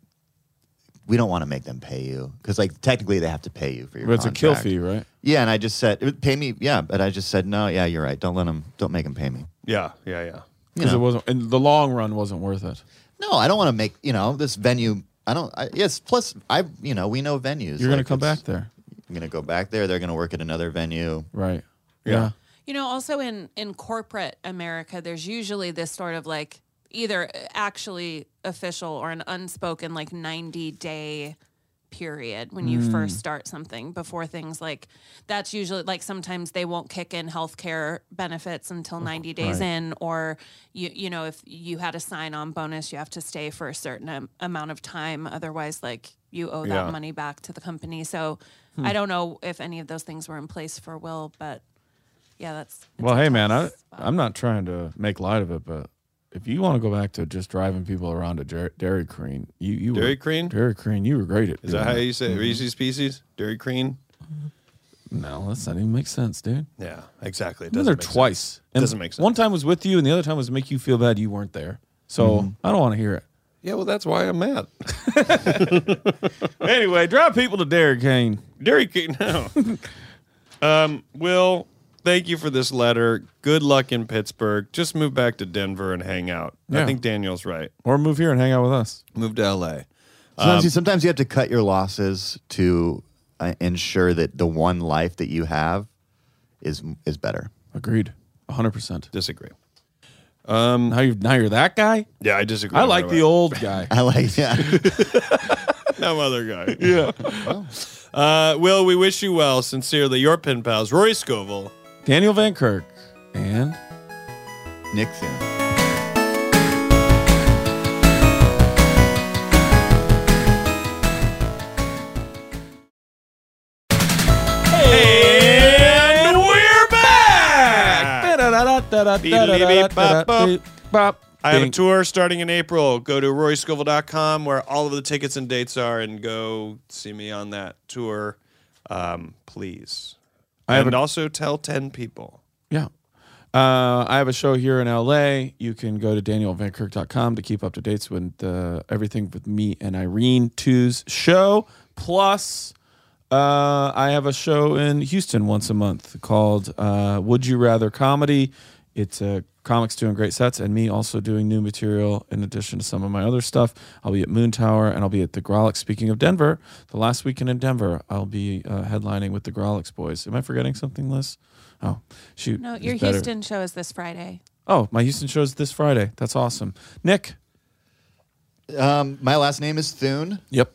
G: We don't want to make them pay you because, like, technically they have to pay you for your.
E: But it's a kill
G: contract.
E: fee, right?
G: Yeah, and I just said, "It- "Pay me." Yeah, but I just said, "No, yeah, you're right. Don't let them. Don't make them pay me."
F: Yeah. Yeah. Yeah.
E: Because it wasn't, in the long run, wasn't worth it.
G: No, I don't want to make you know this venue. I don't. I, yes, plus I you know we know venues.
E: You're going
G: Like,
E: to come back
G: it's-
E: there.
G: I'm gonna go back there. They're gonna work at another venue.
E: Right.
F: Yeah.
H: You know, also in in corporate America, there's usually this sort of like either actually official or an unspoken like 90 day period when you first start something before things like that's usually like sometimes they won't kick in healthcare benefits until 90 days in or you you know if you had a sign on bonus you have to stay for a certain am- amount of time otherwise like you owe that
F: Yeah.
H: money back to the company so
E: Hmm.
H: I don't know if any of those things were in place for Will but yeah, that's. it's
E: Well,
H: a
E: hey
H: tough
E: man, I,
H: spot.
E: I'm not trying to make light of it, but if you want to go back to just driving people around to Jer- Dairy Queen, you you were-
F: Dairy Queen?
E: Dairy Queen, you were great at.
F: Is that
E: doing
F: how you say it? Reese's Pieces? Dairy Queen?
E: No, that's not even make sense, dude.
F: Yeah. Exactly. It
E: I've been there
F: make sense.
E: twice. And
F: Doesn't make sense.
E: One time was with you, and the other time was to make you feel bad you weren't there. So I don't want to hear it.
F: Mm-hmm. Yeah. Well, that's why I'm mad.
E: anyway, drive people to Dairy Queen.
F: Dairy Queen. No. um, Will, thank you for this letter. Good luck in Pittsburgh. Just move back to Denver and hang out.
E: Yeah.
F: I think Daniel's right.
E: Or move here and hang out with us.
F: Move to LA.
E: Um,
G: Sometimes, you, sometimes you have to cut your losses to uh, ensure that the one life that you have is is better.
E: Agreed, 100. percent
F: Disagree.
E: Now you now you're that guy.
F: Yeah, I disagree.
E: I like the
F: old.
E: old guy.
G: I like yeah.
F: no other guy. Yeah. Uh, Will, we wish you well. Sincerely, your pen pals, Rory Scovel.
E: Daniel Van Kirk and.
G: Nick Thune.
F: And we're back. I have a
E: I
F: tour starting in April. Go to roryscovel.com where all of the tickets and dates are and go see me on that tour, um, please.
E: I have
F: and
E: a-
F: also tell 10 people.
E: yeah. Uh, I have a show here in LA. You can go to danielvankirk.com to keep up to dates with uh, everything with me and Irene Two's show. Plus, uh, I have a show in Houston once a month called uh, Would You Rather Comedy. It's uh, comics doing great sets and me also doing new material in addition to some of my other stuff. I'll be at Moon Tower and I'll be at the Grolics. Speaking of Denver, the last weekend in Denver, I'll be uh, headlining with the Grolics boys. Am I forgetting something, Liz? Oh, shoot.
H: No,
E: it's
H: your
E: better.
H: Houston show is this Friday.
E: Oh, my Houston show's this Friday. That's awesome. Nick,
G: Um, my last name is Thune.
E: Yep.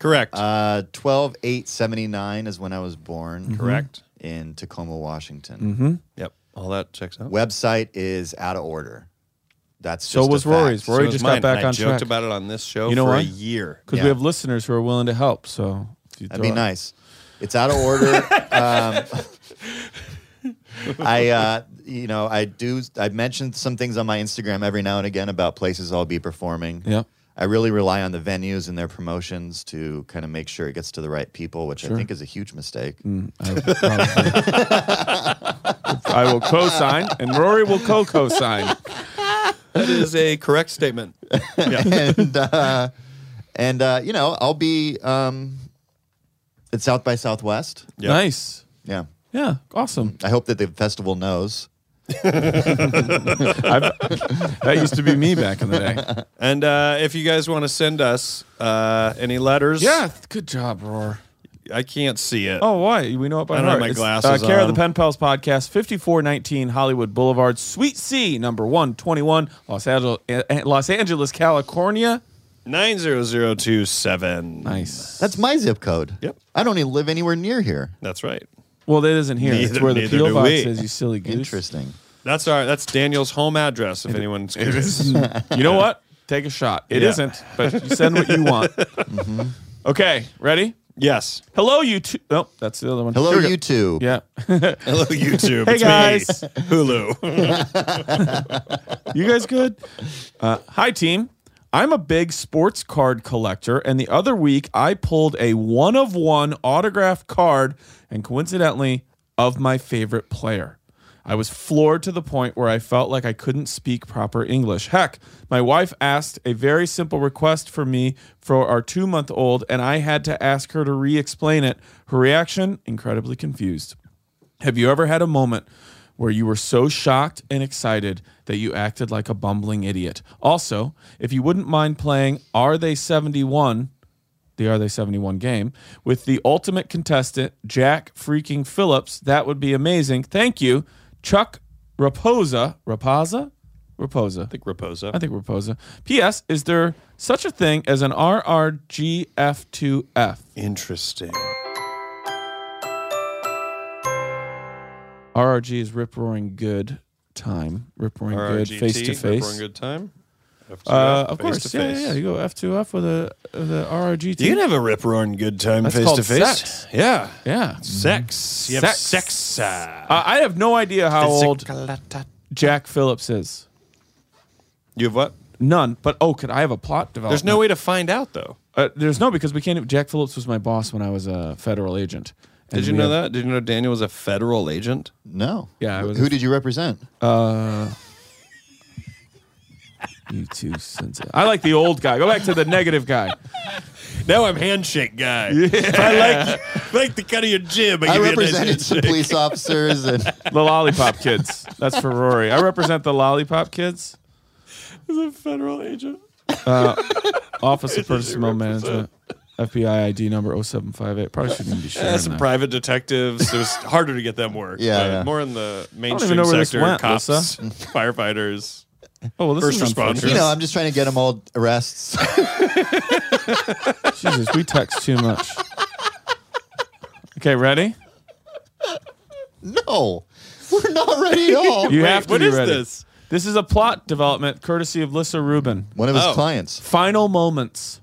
F: Correct.
G: Uh, 12 879 is when I was born.
F: Correct.
G: In Tacoma, Washington.
E: Mm-hmm.
F: Yep. All that checks out.
G: Website is out of order. That's
E: So
G: just a
E: was Rory's.
G: fact.
F: So
E: Rory
F: is
E: just
F: mine,
E: got back
F: and I
E: on
F: joked
E: track.
F: about it on this show
E: You know
F: for
E: why?
F: a year.
E: Because
G: Yeah.
E: we have listeners who are willing to help. So if you
G: That'd
E: throw
G: be
E: out-
G: nice. It's out of order. um, I, uh, you know, I do. I mentioned some things on my Instagram every now and again about places I'll be performing.
E: Yep.
G: I really rely on the venues and their promotions to kind of make sure it gets to the right people, which I think is a huge mistake.
E: Mm. I I will co-sign, and Rory will co-co-sign.
F: That is a correct statement.
G: and uh, and uh, you know, I'll be um, at South by Southwest.
F: Yep.
E: Nice.
G: Yeah,
E: Yeah, awesome.
G: I hope that the festival knows.
E: I've, that used to be me back in the day.
F: And uh, if you guys want to send us uh, any letters,
E: Yeah, good job, Roar.
F: I can't see it.
E: Oh, why? We know it by
F: I don't
E: heart.
F: have my
E: It's,
F: glasses
E: Uh, Care of
F: on.
E: the Pen Pals podcast, 5419 Hollywood Boulevard, Suite C, number 121, Los Angeles, eh, Los Angeles California.
F: 90027.
E: Nice.
G: That's my zip code.
F: Yep.
G: I don't even live anywhere near here.
F: That's right.
E: well, that isn't here. it's
F: Neither-
E: where the
F: neither
E: P.O.
F: do
E: box
F: we.
E: is, you silly goose.
G: Interesting.
F: That's our that's Daniel's home address if anyone's curious.
E: You know what? Take a shot. It
F: Yeah.
E: not but you send what you want.
G: Mm-hmm.
E: Okay, ready?
F: yes.
E: Hello, you two. Oh, that's the other one.
G: Hello,
E: Here we go.
G: you too.
E: Yeah.
F: Hello YouTube.
E: Hey,
F: It's
E: guys.
F: me, Hulu.
E: You guys good? Uh, hi, team. I'm a big sports card collector, and the other week I pulled a one of one autographed card, and coincidentally, of my favorite player. I was floored to the point where I felt like I couldn't speak proper English. Heck, my wife asked a very simple request for me for our two month old, and I had to ask her to re explain it. Her reaction incredibly confused. Have you ever had a moment where you were so shocked and excited that you acted like a bumbling idiot? Also, if you wouldn't mind playing Are They 71, the Are They 71 game, with the ultimate contestant, Jack freaking Phillips, that would be amazing. Thank you, Chuck Raposa. Raposa? Raposa.
F: Raposa.
E: I think Raposa. P.S. Is there such a thing as an RRGF2F?
F: Interesting.
E: RRG is rip roaring good time, rip roaring good
F: RRGT,
E: face to
F: Roaring
E: face.
F: Good Time. F2F,
E: Uh, of course, yeah,
F: face-to-face.
E: yeah, yeah. You go F two F with a uh, the RRG.
F: You can have a rip roaring good time
E: That's
F: face
E: called
F: to face.
E: sex. Mm-hmm.
F: Yeah.
E: yeah.
F: Sex. You have sex. uh,
E: Uh, I have no idea how old Jack Phillips is.
F: You have what?
E: None. But oh, could I have a plot
F: There's
E: development?
F: no way to find out though.
E: Uh, there's no because we can't. even- Jack Phillips was my boss when I was a federal agent. And
F: Did you
E: we
F: know
E: have-
F: that? Did you know Daniel was a federal agent?
G: No.
E: Yeah, I
G: Wh-
E: was-
G: Who did you represent?
E: You E two sensitive. I like the old guy. Go back to the negative guy.
F: Now I'm handshake guy. If I like like the cut of your jib, I,
G: I
F: give you a nice
G: represented some
F: handshake.
G: police officers and
E: The lollipop kids. That's for Rory. I represent the lollipop kids.
F: He's a federal agent.
E: Office of Personnel Management, FBI ID number 0758. Probably shouldn't even be sharing
F: That's some
E: that.
F: private detectives. It was harder to get them work.
G: Yeah,
F: but
G: yeah.
F: more in the
E: even
F: mainstream
E: know where this
F: sector.
E: went,
F: cops,
E: Lissa.
F: firefighters.
E: Oh, well, this
F: First
E: is
F: responders.
E: unfortunate.
G: you know, I'm just trying to get them all arrests.
E: Jesus, we text too much. Okay, ready?
G: no. We're not ready at all.
E: You have to
F: what
E: be
F: is
E: ready.
F: this?
E: This is a plot development courtesy of Lissa Rubin.
G: One of his
F: Oh.
G: clients.
E: Final moments.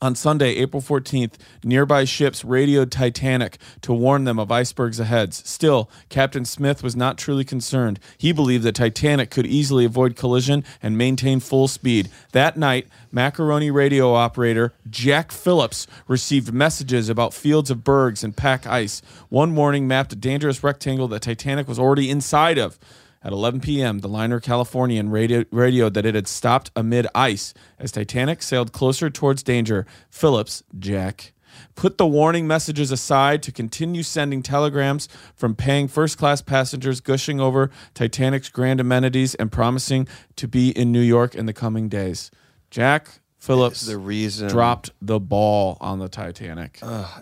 E: On Sunday, April 14th, nearby ships radioed Titanic to warn them of icebergs ahead. Still, Captain Smith was not truly concerned. He believed that Titanic could easily avoid collision and maintain full speed. That night, macaroni radio operator Jack Phillips received messages about fields of bergs and pack ice. One warning mapped a dangerous rectangle that Titanic was already inside of. At 11 p.m., the liner Californian radio- radioed that it had stopped amid ice. As Titanic sailed closer towards danger, Phillips, Jack, put the warning messages aside to continue sending telegrams from paying first class passengers, gushing over Titanic's grand amenities, and promising to be in New York in the coming days. Jack Phillips
F: the reason-
E: dropped the ball on the Titanic.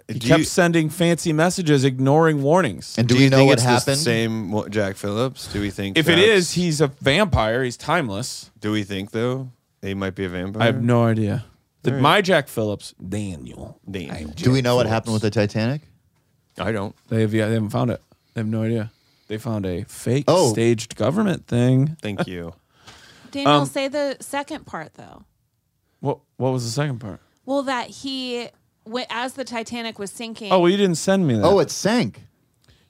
E: he
F: do
E: kept
F: you-
E: sending fancy messages, ignoring warnings.
G: And do,
F: you
G: we know
F: think
G: what
F: it's The
G: happened?
F: same wa- Jack Phillips? Do we think?
E: if it
F: that's-
E: is, he's a vampire. He's timeless.
F: do we think though? He might be a vampire.
E: I have no idea. The,
F: Alright.
E: My Jack Phillips, Daniel.
F: Daniel.
E: I'm
G: Do we
E: Jack
G: know what
E: Phillips.
G: happened with the Titanic?
F: I don't.
E: They have yeah, they haven't found it. They have no idea. They found a fake
G: Oh.
E: staged government thing.
F: Thank you.
H: Daniel, say the second part though.
E: What what was the second part?
H: Well, that he, w- as the Titanic was sinking.
E: Oh, well, you didn't send me that.
G: Oh, it sank.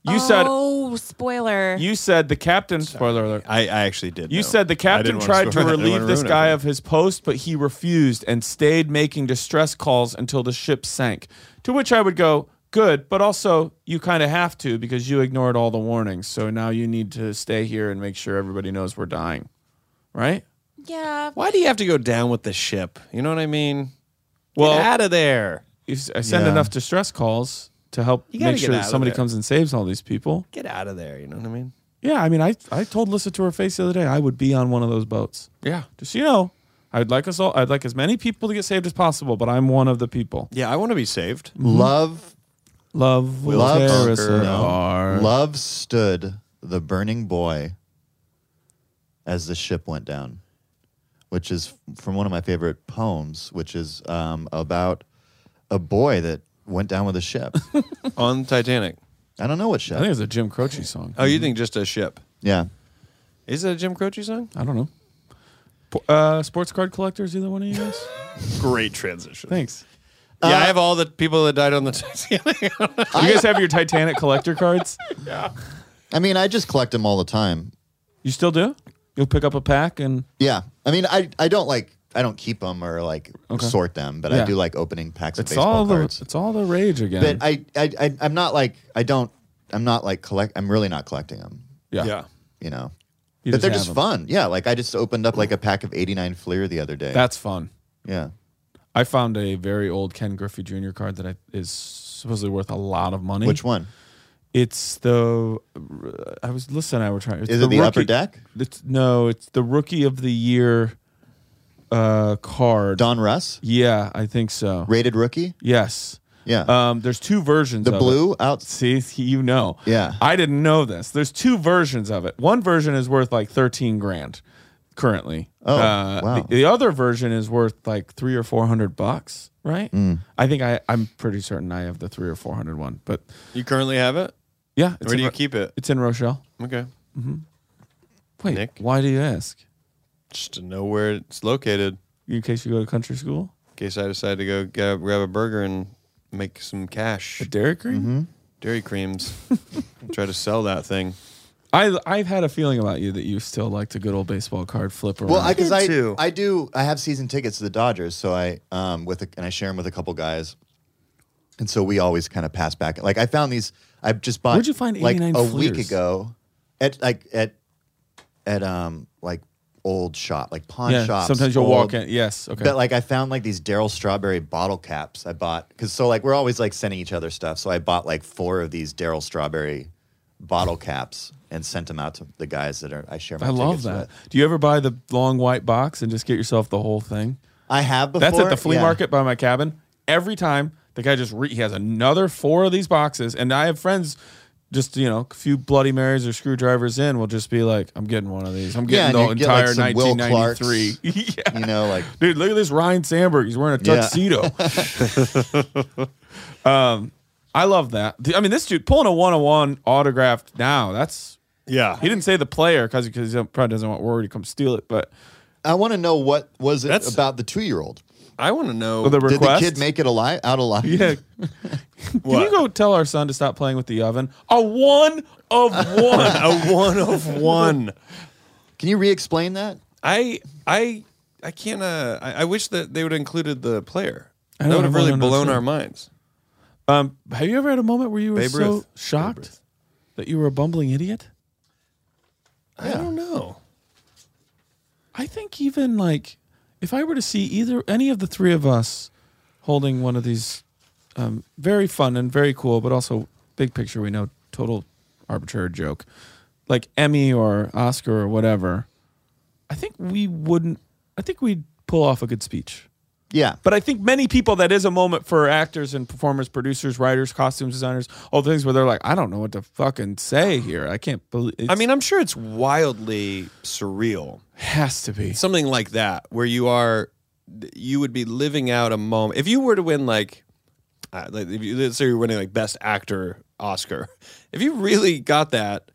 E: you said
H: Oh, spoiler.
E: you said the captain spoiler alert.
F: I, I actually did. know.
E: You said
F: I
E: the captain
F: didn't wanna
E: tried to
F: spoil it. I didn't
E: relieve
F: wanna
E: this
F: ruin
E: guy
F: everything.
E: of his post, but he refused and stayed making distress calls until the ship sank. To which I would go, good, but also you kind of have to because you ignored all the warnings. So now you need to stay here and make sure everybody knows we're dying. Right?
H: yeah.
F: Why do you have to go down with the ship? You know what I mean?
E: Well-
F: get out of there.
E: You s- I send
G: Yeah.
E: enough distress calls to help
F: You gotta
E: make
F: get
E: sure
F: out
E: that
F: of
E: somebody
F: there.
E: comes and saves all these people.
F: Get out of there. You know what I mean?
E: Yeah, I mean, I, I told Lissa to her face the other day I would be on one of those boats.
F: Yeah.
E: Just so you know, I'd like us all, I'd like as many people to get saved as possible, but I'm one of the people.
F: Yeah, I want to be saved.
G: Love,
E: Love will
G: love,
E: tear us
G: no.
E: apart.
G: love stood the burning boy as the ship went down, which is from one of my favorite poems, which is um, about a boy that went down with a ship.
F: On Titanic.
G: I don't know what
E: I think
G: ship.
E: it's a Jim Croce song.
F: Oh, you think just a ship?
G: Yeah.
F: Is that a Jim Croce song?
E: I don't know. Po- Uh, sports card collectors, either one of you guys?
F: Great transition.
E: Thanks.
F: Yeah,
E: Uh,
F: I have all the people that died on the Titanic.
E: You guys have your Titanic collector cards?
G: I mean, I just collect them all the time.
E: You still do? You'll pick up a pack and
G: Yeah. I mean, I, I don't like, I don't keep them or like sort them, but
E: Yeah.
G: I do like opening packs
E: it's
G: of baseball
E: all the
G: cards.
E: it's all the rage again.
G: but I, I, I, I'm not like, I don't, I'm not like collect, I'm really not collecting them,
E: yeah.
G: you know?
E: You
G: but they're
E: have
G: just
E: them.
G: fun. Yeah. Like I just opened up like a pack of 89 Fleer the other day.
E: That's fun.
G: yeah.
E: I found a very old Ken Griffey Jr. card that I, is supposedly worth a lot of money.
G: Which one?
E: It's the I was Lissa and I were trying. It's
G: Is it the upper deck?
E: It's, no, it's the rookie of the year uh, card.
G: Don Russ,
E: Yeah, I think so.
G: rated rookie.
E: yes.
G: Yeah.
E: Um, there's two versions.
G: the
E: of
G: blue
E: It.
G: out.
E: See, you know.
G: Yeah.
E: I didn't know this. There's two versions of it. One version is worth like 13 grand currently. Uh,
G: Oh, wow.
E: The, the other version is worth like three or 400 bucks, right?
G: Mm.
E: I think I, I'm pretty certain I have the three or 400 one, but
F: You currently have it?
E: yeah. It's
F: Where
E: in
F: do you
E: Ro-
F: keep it?
E: It's in Rochelle.
F: Okay.
E: Wait,
F: Nick?
E: why do you ask?
F: Just to know where it's located
E: In case you go to country school?
F: in case I decide to go grab, grab a burger and make some cash.
E: Dairy Cream?
G: Mm-hmm.
F: Dairy creams. Try to sell that thing.
E: I, I've had a feeling about you that you still like the good old baseball card flip around.
G: Well, I because I
F: too.
G: I do I have season tickets to the Dodgers, so I um with a, and I share them with a couple guys, and so we always kind of pass back. Like I found these. I just bought.
E: Where'd you find
G: like
E: 89
G: a week
E: Fleers?
G: ago, at like at at um like old shop like pawn
E: yeah,
G: shops.
E: sometimes you'll
G: old-
E: walk in. Yes, okay.
G: But like I found like these Daryl Strawberry bottle caps I bought because so like we're always like sending each other stuff. So I bought like four of these Daryl Strawberry bottle caps and sent them out to the guys that are I share. My
E: I love
G: tickets
E: that.
G: With.
E: Do you ever buy the long white box and just get yourself the whole thing?
G: I have before.
E: That's at the flea
G: yeah.
E: market by my cabin. Every time the guy just re- he has another four of these boxes, and I have friends. Just you know, a few Bloody Marys or screwdrivers in will just be like, "I'm getting one of these. I'm
G: Yeah,
E: getting the
G: and you get, like,
E: entire
G: some Will Clarks.
E: 1993." yeah.
G: You know, like
E: dude, look at this Ryan Sandberg. He's wearing a
G: Yeah.
E: tuxedo. um, I love that. The- I mean, this dude pulling a one-on-one autographed now. That's
F: Yeah.
E: he didn't say the player because because he probably doesn't want Rory to come steal it, but
G: I want to know what was it
F: That's-
G: about the two year old?
F: I want to know.
E: the
G: Did the
E: request.
G: kid make it alive out alive?
E: yeah. Can you
F: What?
E: go tell our son to stop playing with the oven? A one of one.
F: a one of one.
G: Can you re-explain that?
F: I I I can't. Uh, I, I wish that they would have included the player.
E: I
F: That
E: don't
F: would have
E: know, I
F: really
E: don't
F: blown
E: understand.
F: our minds.
E: um, have you ever had a moment where you were
F: Babe
E: so
F: Ruth. Babe
E: shocked
F: Ruth.
E: that you were a bumbling idiot?
F: I don't know.
E: I think even like if I were to see either any of the three of us holding one of these um, very fun and very cool, but also big picture, we know total arbitrary joke, like Emmy or Oscar or whatever. I think we wouldn't. I think we'd pull off a good speech.
G: Yeah.
E: But I think many people that is a moment for actors and performers, producers, writers, costumes designers, all things where they're like, I don't know what to fucking say here. I can't believe.
F: I mean, I'm sure it's wildly surreal
E: Has to be.
F: something like that where you are you would be living out a moment if you were to win like, uh, like if you, let's say you're winning like best actor oscar if you really got that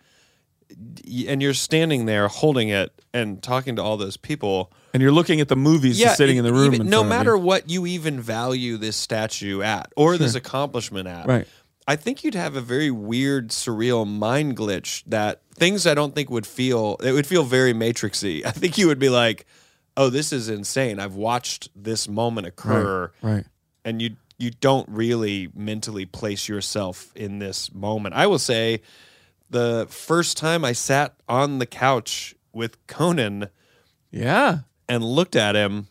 F: y- and you're standing there holding it and talking to all those people
E: And you're looking at the movies just sitting
F: e-
E: in the room.
F: even-
E: in
F: no
E: front of you.
F: matter what you even value this statue at or this accomplishment at
E: Right.
F: i think you'd have a very weird surreal mind glitch that things i don't think would feel it would feel very matrixy i think you would be like oh this is insane i've watched this moment occur
E: Right.
F: and you you don't really mentally place yourself in this moment. I will say the first time I sat on the couch with Conan
E: Yeah.
F: and looked at him,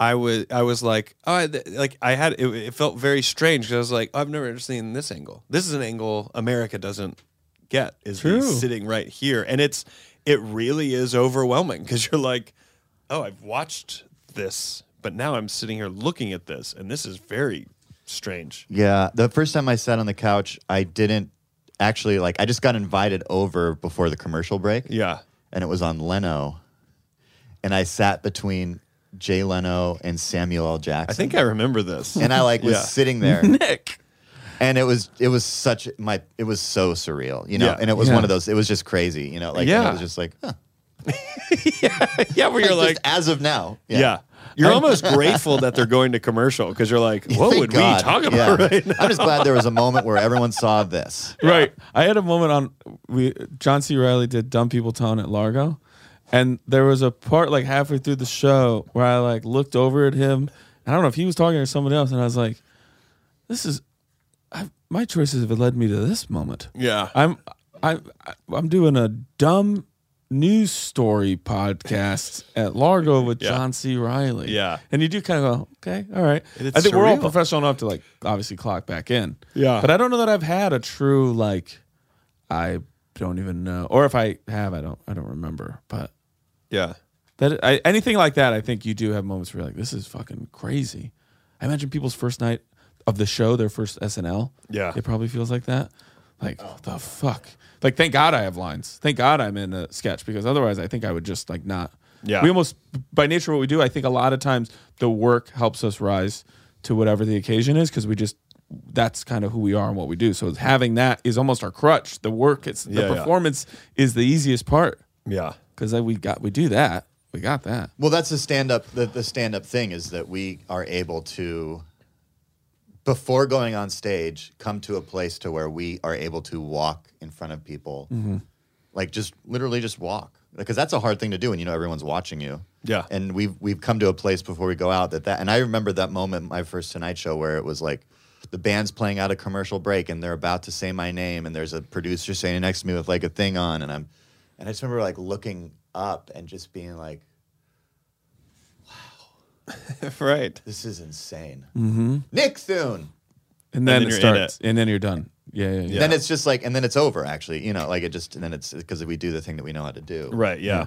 F: I was I was like, oh, I, th- like I had it, it felt very strange because I was like, I've never seen this angle. This is an angle America doesn't get. Is me
E: True.
F: sitting right here, and it's it really is overwhelming because you're like, oh, I've watched this, but now I'm sitting here looking at this, and this is very strange.
G: Yeah, the first time I sat on the couch, I didn't actually like. I just got invited over before the commercial break,
F: Yeah,
G: and it was on Leno, and I sat between Jay Leno and Samuel L. Jackson.
F: I think I remember this.
G: and I like was
F: Yeah.
G: sitting there,
E: Nick.
G: and it was it was such my it was so surreal, you know.
F: Yeah.
G: And it was
E: Yeah.
G: one of those. It was just crazy, you know. Like and
F: Yeah.
G: it was just like, huh.
F: yeah, where you're
G: Like,
F: like,
G: just as of now,
F: yeah. You're almost grateful that they're going to commercial because you're like, what
G: Thank
F: would
G: God.
F: we talk about
G: Yeah.
F: right now?
G: I'm just glad there was a moment where everyone saw this.
E: Right. I had a moment on we John C. Riley did Dumb People Town at Largo, and there was a part like halfway through the show where I like looked over at him. And I don't know if he was talking to someone else, and I was like, "This is I've, my choices have led me to this moment."
F: Yeah.
E: I'm I, I I'm doing a dumb news story podcast at Largo with
F: Yeah.
E: John C. Riley.
F: Yeah.
E: and you do kind of go, okay, all right.
F: And it's
E: I think we're all
F: surreal.
E: professional enough to like obviously clock back in.
F: Yeah.
E: but I don't know that I've had a true like I don't even know, or if I have, I don't I don't remember. But
F: Yeah.
E: that I, anything like that, I think you do have moments where you're like, this is fucking crazy. I imagine people's first night of the show, their first SNL.
F: Yeah.
E: it probably feels like that. Like what the fuck. Like thank God I have lines. Thank God I'm in a sketch because otherwise I think I would just like not.
F: Yeah.
E: We almost by nature what we do. I think a lot of times the work helps us rise to whatever the occasion is because we just that's kind of who we are and what we do. So having that is almost our crutch. The work, it's
F: Yeah,
E: the
F: yeah.
E: performance is the easiest part
F: Yeah.
E: because we got we do that. We got that.
G: Well, that's the stand up. The, the stand up thing is that we are able to, before going on stage, come to a place to where we are able to walk in front of people, like just literally just walk, because that's a hard thing to do when you know everyone's watching you.
F: Yeah.
G: and we've we've come to a place before we go out that that. And I remember that moment, my first Tonight Show, where it was like. The band's playing out a commercial break, and they're about to say my name, and there's a producer standing next to me with like a thing on, and I'm, and I just remember like looking up and just being like,
F: Right.
G: This is insane. Nick Thune.
E: And
F: then
E: then, it
F: you're in
E: starts, and then you're done. Yeah, yeah, yeah.
G: Then it's just like, and then it's over. Actually, you know, like it just, and then it's because we do the thing that we know how to do.
F: Right. Yeah.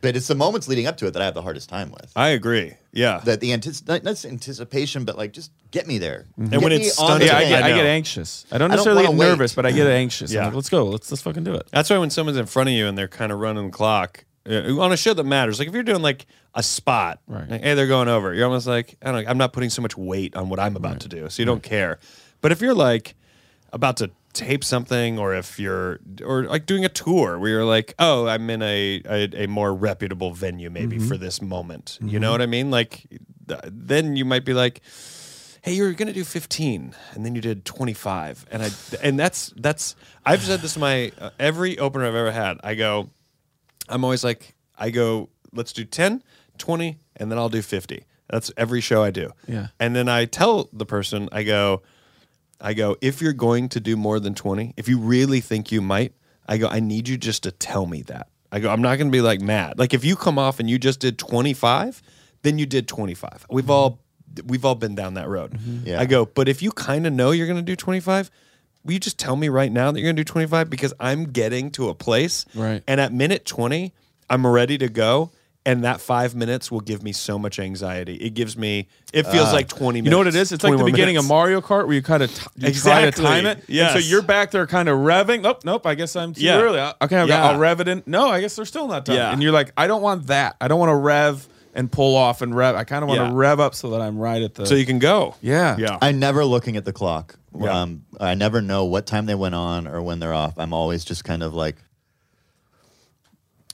G: But it's the moments leading up to it that I have the hardest time with.
F: Hmm. I agree. Yeah.
G: That the antici- not, not anticipation, but like just get me there. And
F: when it's stunted-
E: yeah, I
F: Yeah,
E: get,
F: I
E: I get
F: know.
E: anxious. I don't
G: I don't
E: necessarily
G: wanna
E: get
G: wait.
E: nervous, but I get anxious. I'm
F: Yeah.
E: like, let's go. Let's let's fucking do it.
F: That's why when someone's in front of you and they're kind of running the clock uh, on a show that matters, like if you're doing like a spot,
E: Right.
F: like, hey, they're going over, you're almost like, I don't know, I'm not putting so much weight on what I'm about to do. So you don't care. But if you're like about to tape something or if you're, or like doing a tour where you're like, oh, I'm in a, a, a more reputable venue maybe
E: Mm-hmm.
F: for this moment, you know what I mean? Like, th- then you might be like, hey you were going to do 15 and then you did 25 and i and that's that's i've said this to my uh, every opener i've ever had i go i'm always like i go let's do 10 20 and then i'll do 50 that's every show i do
E: Yeah.
F: and then i tell the person i go i go if you're going to do more than 20 if you really think you might i go i need you just to tell me that i go i'm not going to be like mad like if you come off and you just did 25 then you did 25 we've
E: Mm-hmm.
F: all we've all been down that road
G: Yeah.
F: i go but if you kind of know you're going to do 25 will you just tell me right now that you're going to do 25 because i'm getting to a place
E: Right.
F: and at minute 20 i'm ready to go and that five minutes will give me so much anxiety. It gives me. It feels like twenty. minutes.
E: Ah. You know what it is? It's like the
F: 21
E: beginning
F: minutes.
E: of Mario Kart where you kind of t- you
F: Exactly.
E: try to time it. Yeah.
F: Yes.
E: so you're back there kind of revving. Nope, nope. I guess I'm too
F: Yeah.
E: early. I- Okay, I'll,
F: Yeah.
E: I'll rev it in. No, I guess they're still not done.
F: Yeah.
E: And you're like, I don't want that. I don't want to rev and pull off and rev. I kind of want to
F: Yeah.
E: rev up so that I'm right at the.
F: So you can go.
E: yeah.
F: Yeah.
G: I'm never looking at the clock. Um, I never know what time they went on or when they're off. I'm always just kind of like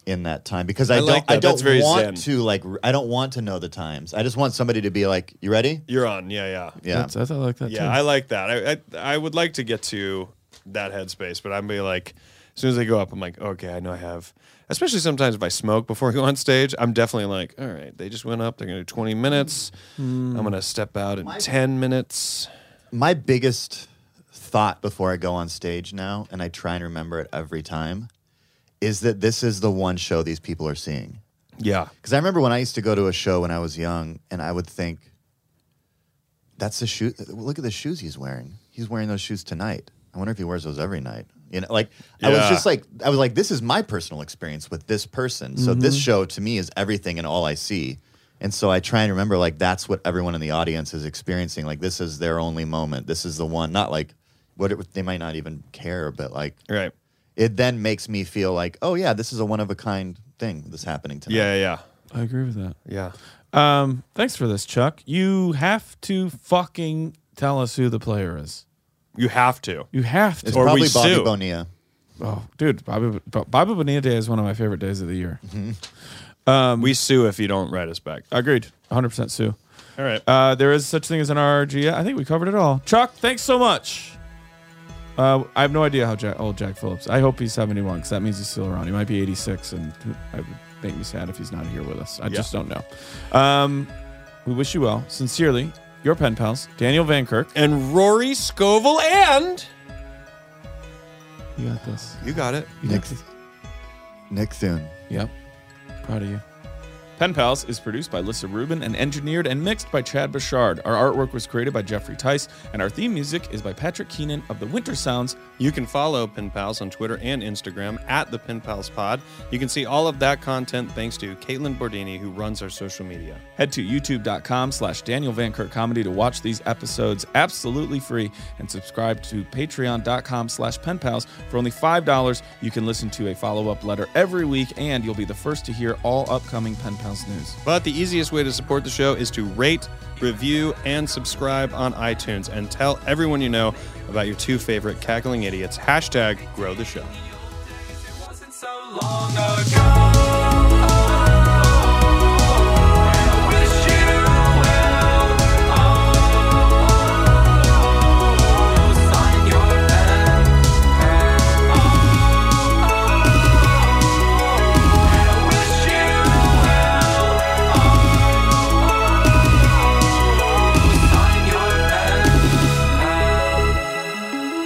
G: in that time because I,
F: I
G: don't.
F: like
G: I
F: that.
G: don't
F: That's very
G: want
F: zen.
G: to like. r- I don't want to know the times. I just want somebody to be like, "You ready?"
F: You're on. Yeah. Yeah.
G: Yeah.
E: I thought I like that
F: Yeah, I like that. I, I I would like to get to that headspace, but I'm be like, as soon as I go up, I'm like, okay, I know I have. Especially sometimes if I smoke before I go on stage, I'm definitely like, all right, they just went up. They're gonna do 20 minutes. I'm gonna step out in 10 minutes.
G: my biggest thought before I go on stage now, and I try and remember it every time, is that this is the one show these people are seeing.
F: Yeah,
G: Because I remember when I used to go to a show when I was young, and I would think, "That's the shoe. Look at the shoes he's wearing. He's wearing those shoes tonight. I wonder if he wears those every night." You know, like I was
F: Yeah.
G: just like, I was like, "This is my personal experience with this person.
F: Mm-hmm.
G: So this show to me is everything and all I see." And so I try and remember, like, that's what everyone in the audience is experiencing. Like, this is their only moment. This is the one. Not like what it, they might not even care, but like
F: right.
G: it then makes me feel like, oh yeah, this is a one of a kind thing that's happening tonight.
F: Yeah, yeah,
E: I agree with that.
F: yeah.
E: Um, thanks for this, Chuck. You have to fucking tell us who the player is.
F: You have to.
E: You have to.
F: Or we
G: Probably Bobby
F: sue.
G: Bonilla.
E: oh, dude, Bobby, Bobby Bonilla Day is one of my favorite days of the year.
F: we sue if you don't write us back.
E: Agreed. 100% Sue.
F: All right.
E: Uh, there is such thing as an RRG. I think we covered it all. Chuck, thanks so much. Uh, I have no idea how Jack, old Jack Phillips. I hope he's 71 because that means he's still around. He might be 86, and I would make me sad if he's not here with us. I just don't know. Um, we wish you well. Sincerely, your pen pals, Daniel Van Kirk.
F: and Rory Scovel and
E: You got this.
F: you got it.
E: You got
G: Nick,
E: this.
G: Nick Thune.
E: Yep. Proud of you. Pen Pals is produced by Lissa Rubin and engineered and mixed by Chad Bouchard. Our artwork was created by Jeffrey Tice, and our theme music is by Patrick Keenan of the Winter Sounds.
F: You can follow Pen Pals on Twitter and Instagram at the Pen Pals Pod. You can see all of that content thanks to Caitlin Bordini, who runs our social media.
E: Head to youtube.com slash Daniel Van Kirk Comedy to watch these episodes absolutely free and subscribe to patreon.com slash pen pals. For only $5, you can listen to a follow up letter every week, and you'll be the first to hear all upcoming Pen Pals news.
F: But the easiest way to support the show is to rate, review, and subscribe on iTunes and tell everyone you know about your two favorite cackling idiots. Hashtag grow the show.
I: It wasn't so long ago. And I wish you well. Oh, sign your pen. And I wish you well. Oh, sign your pen.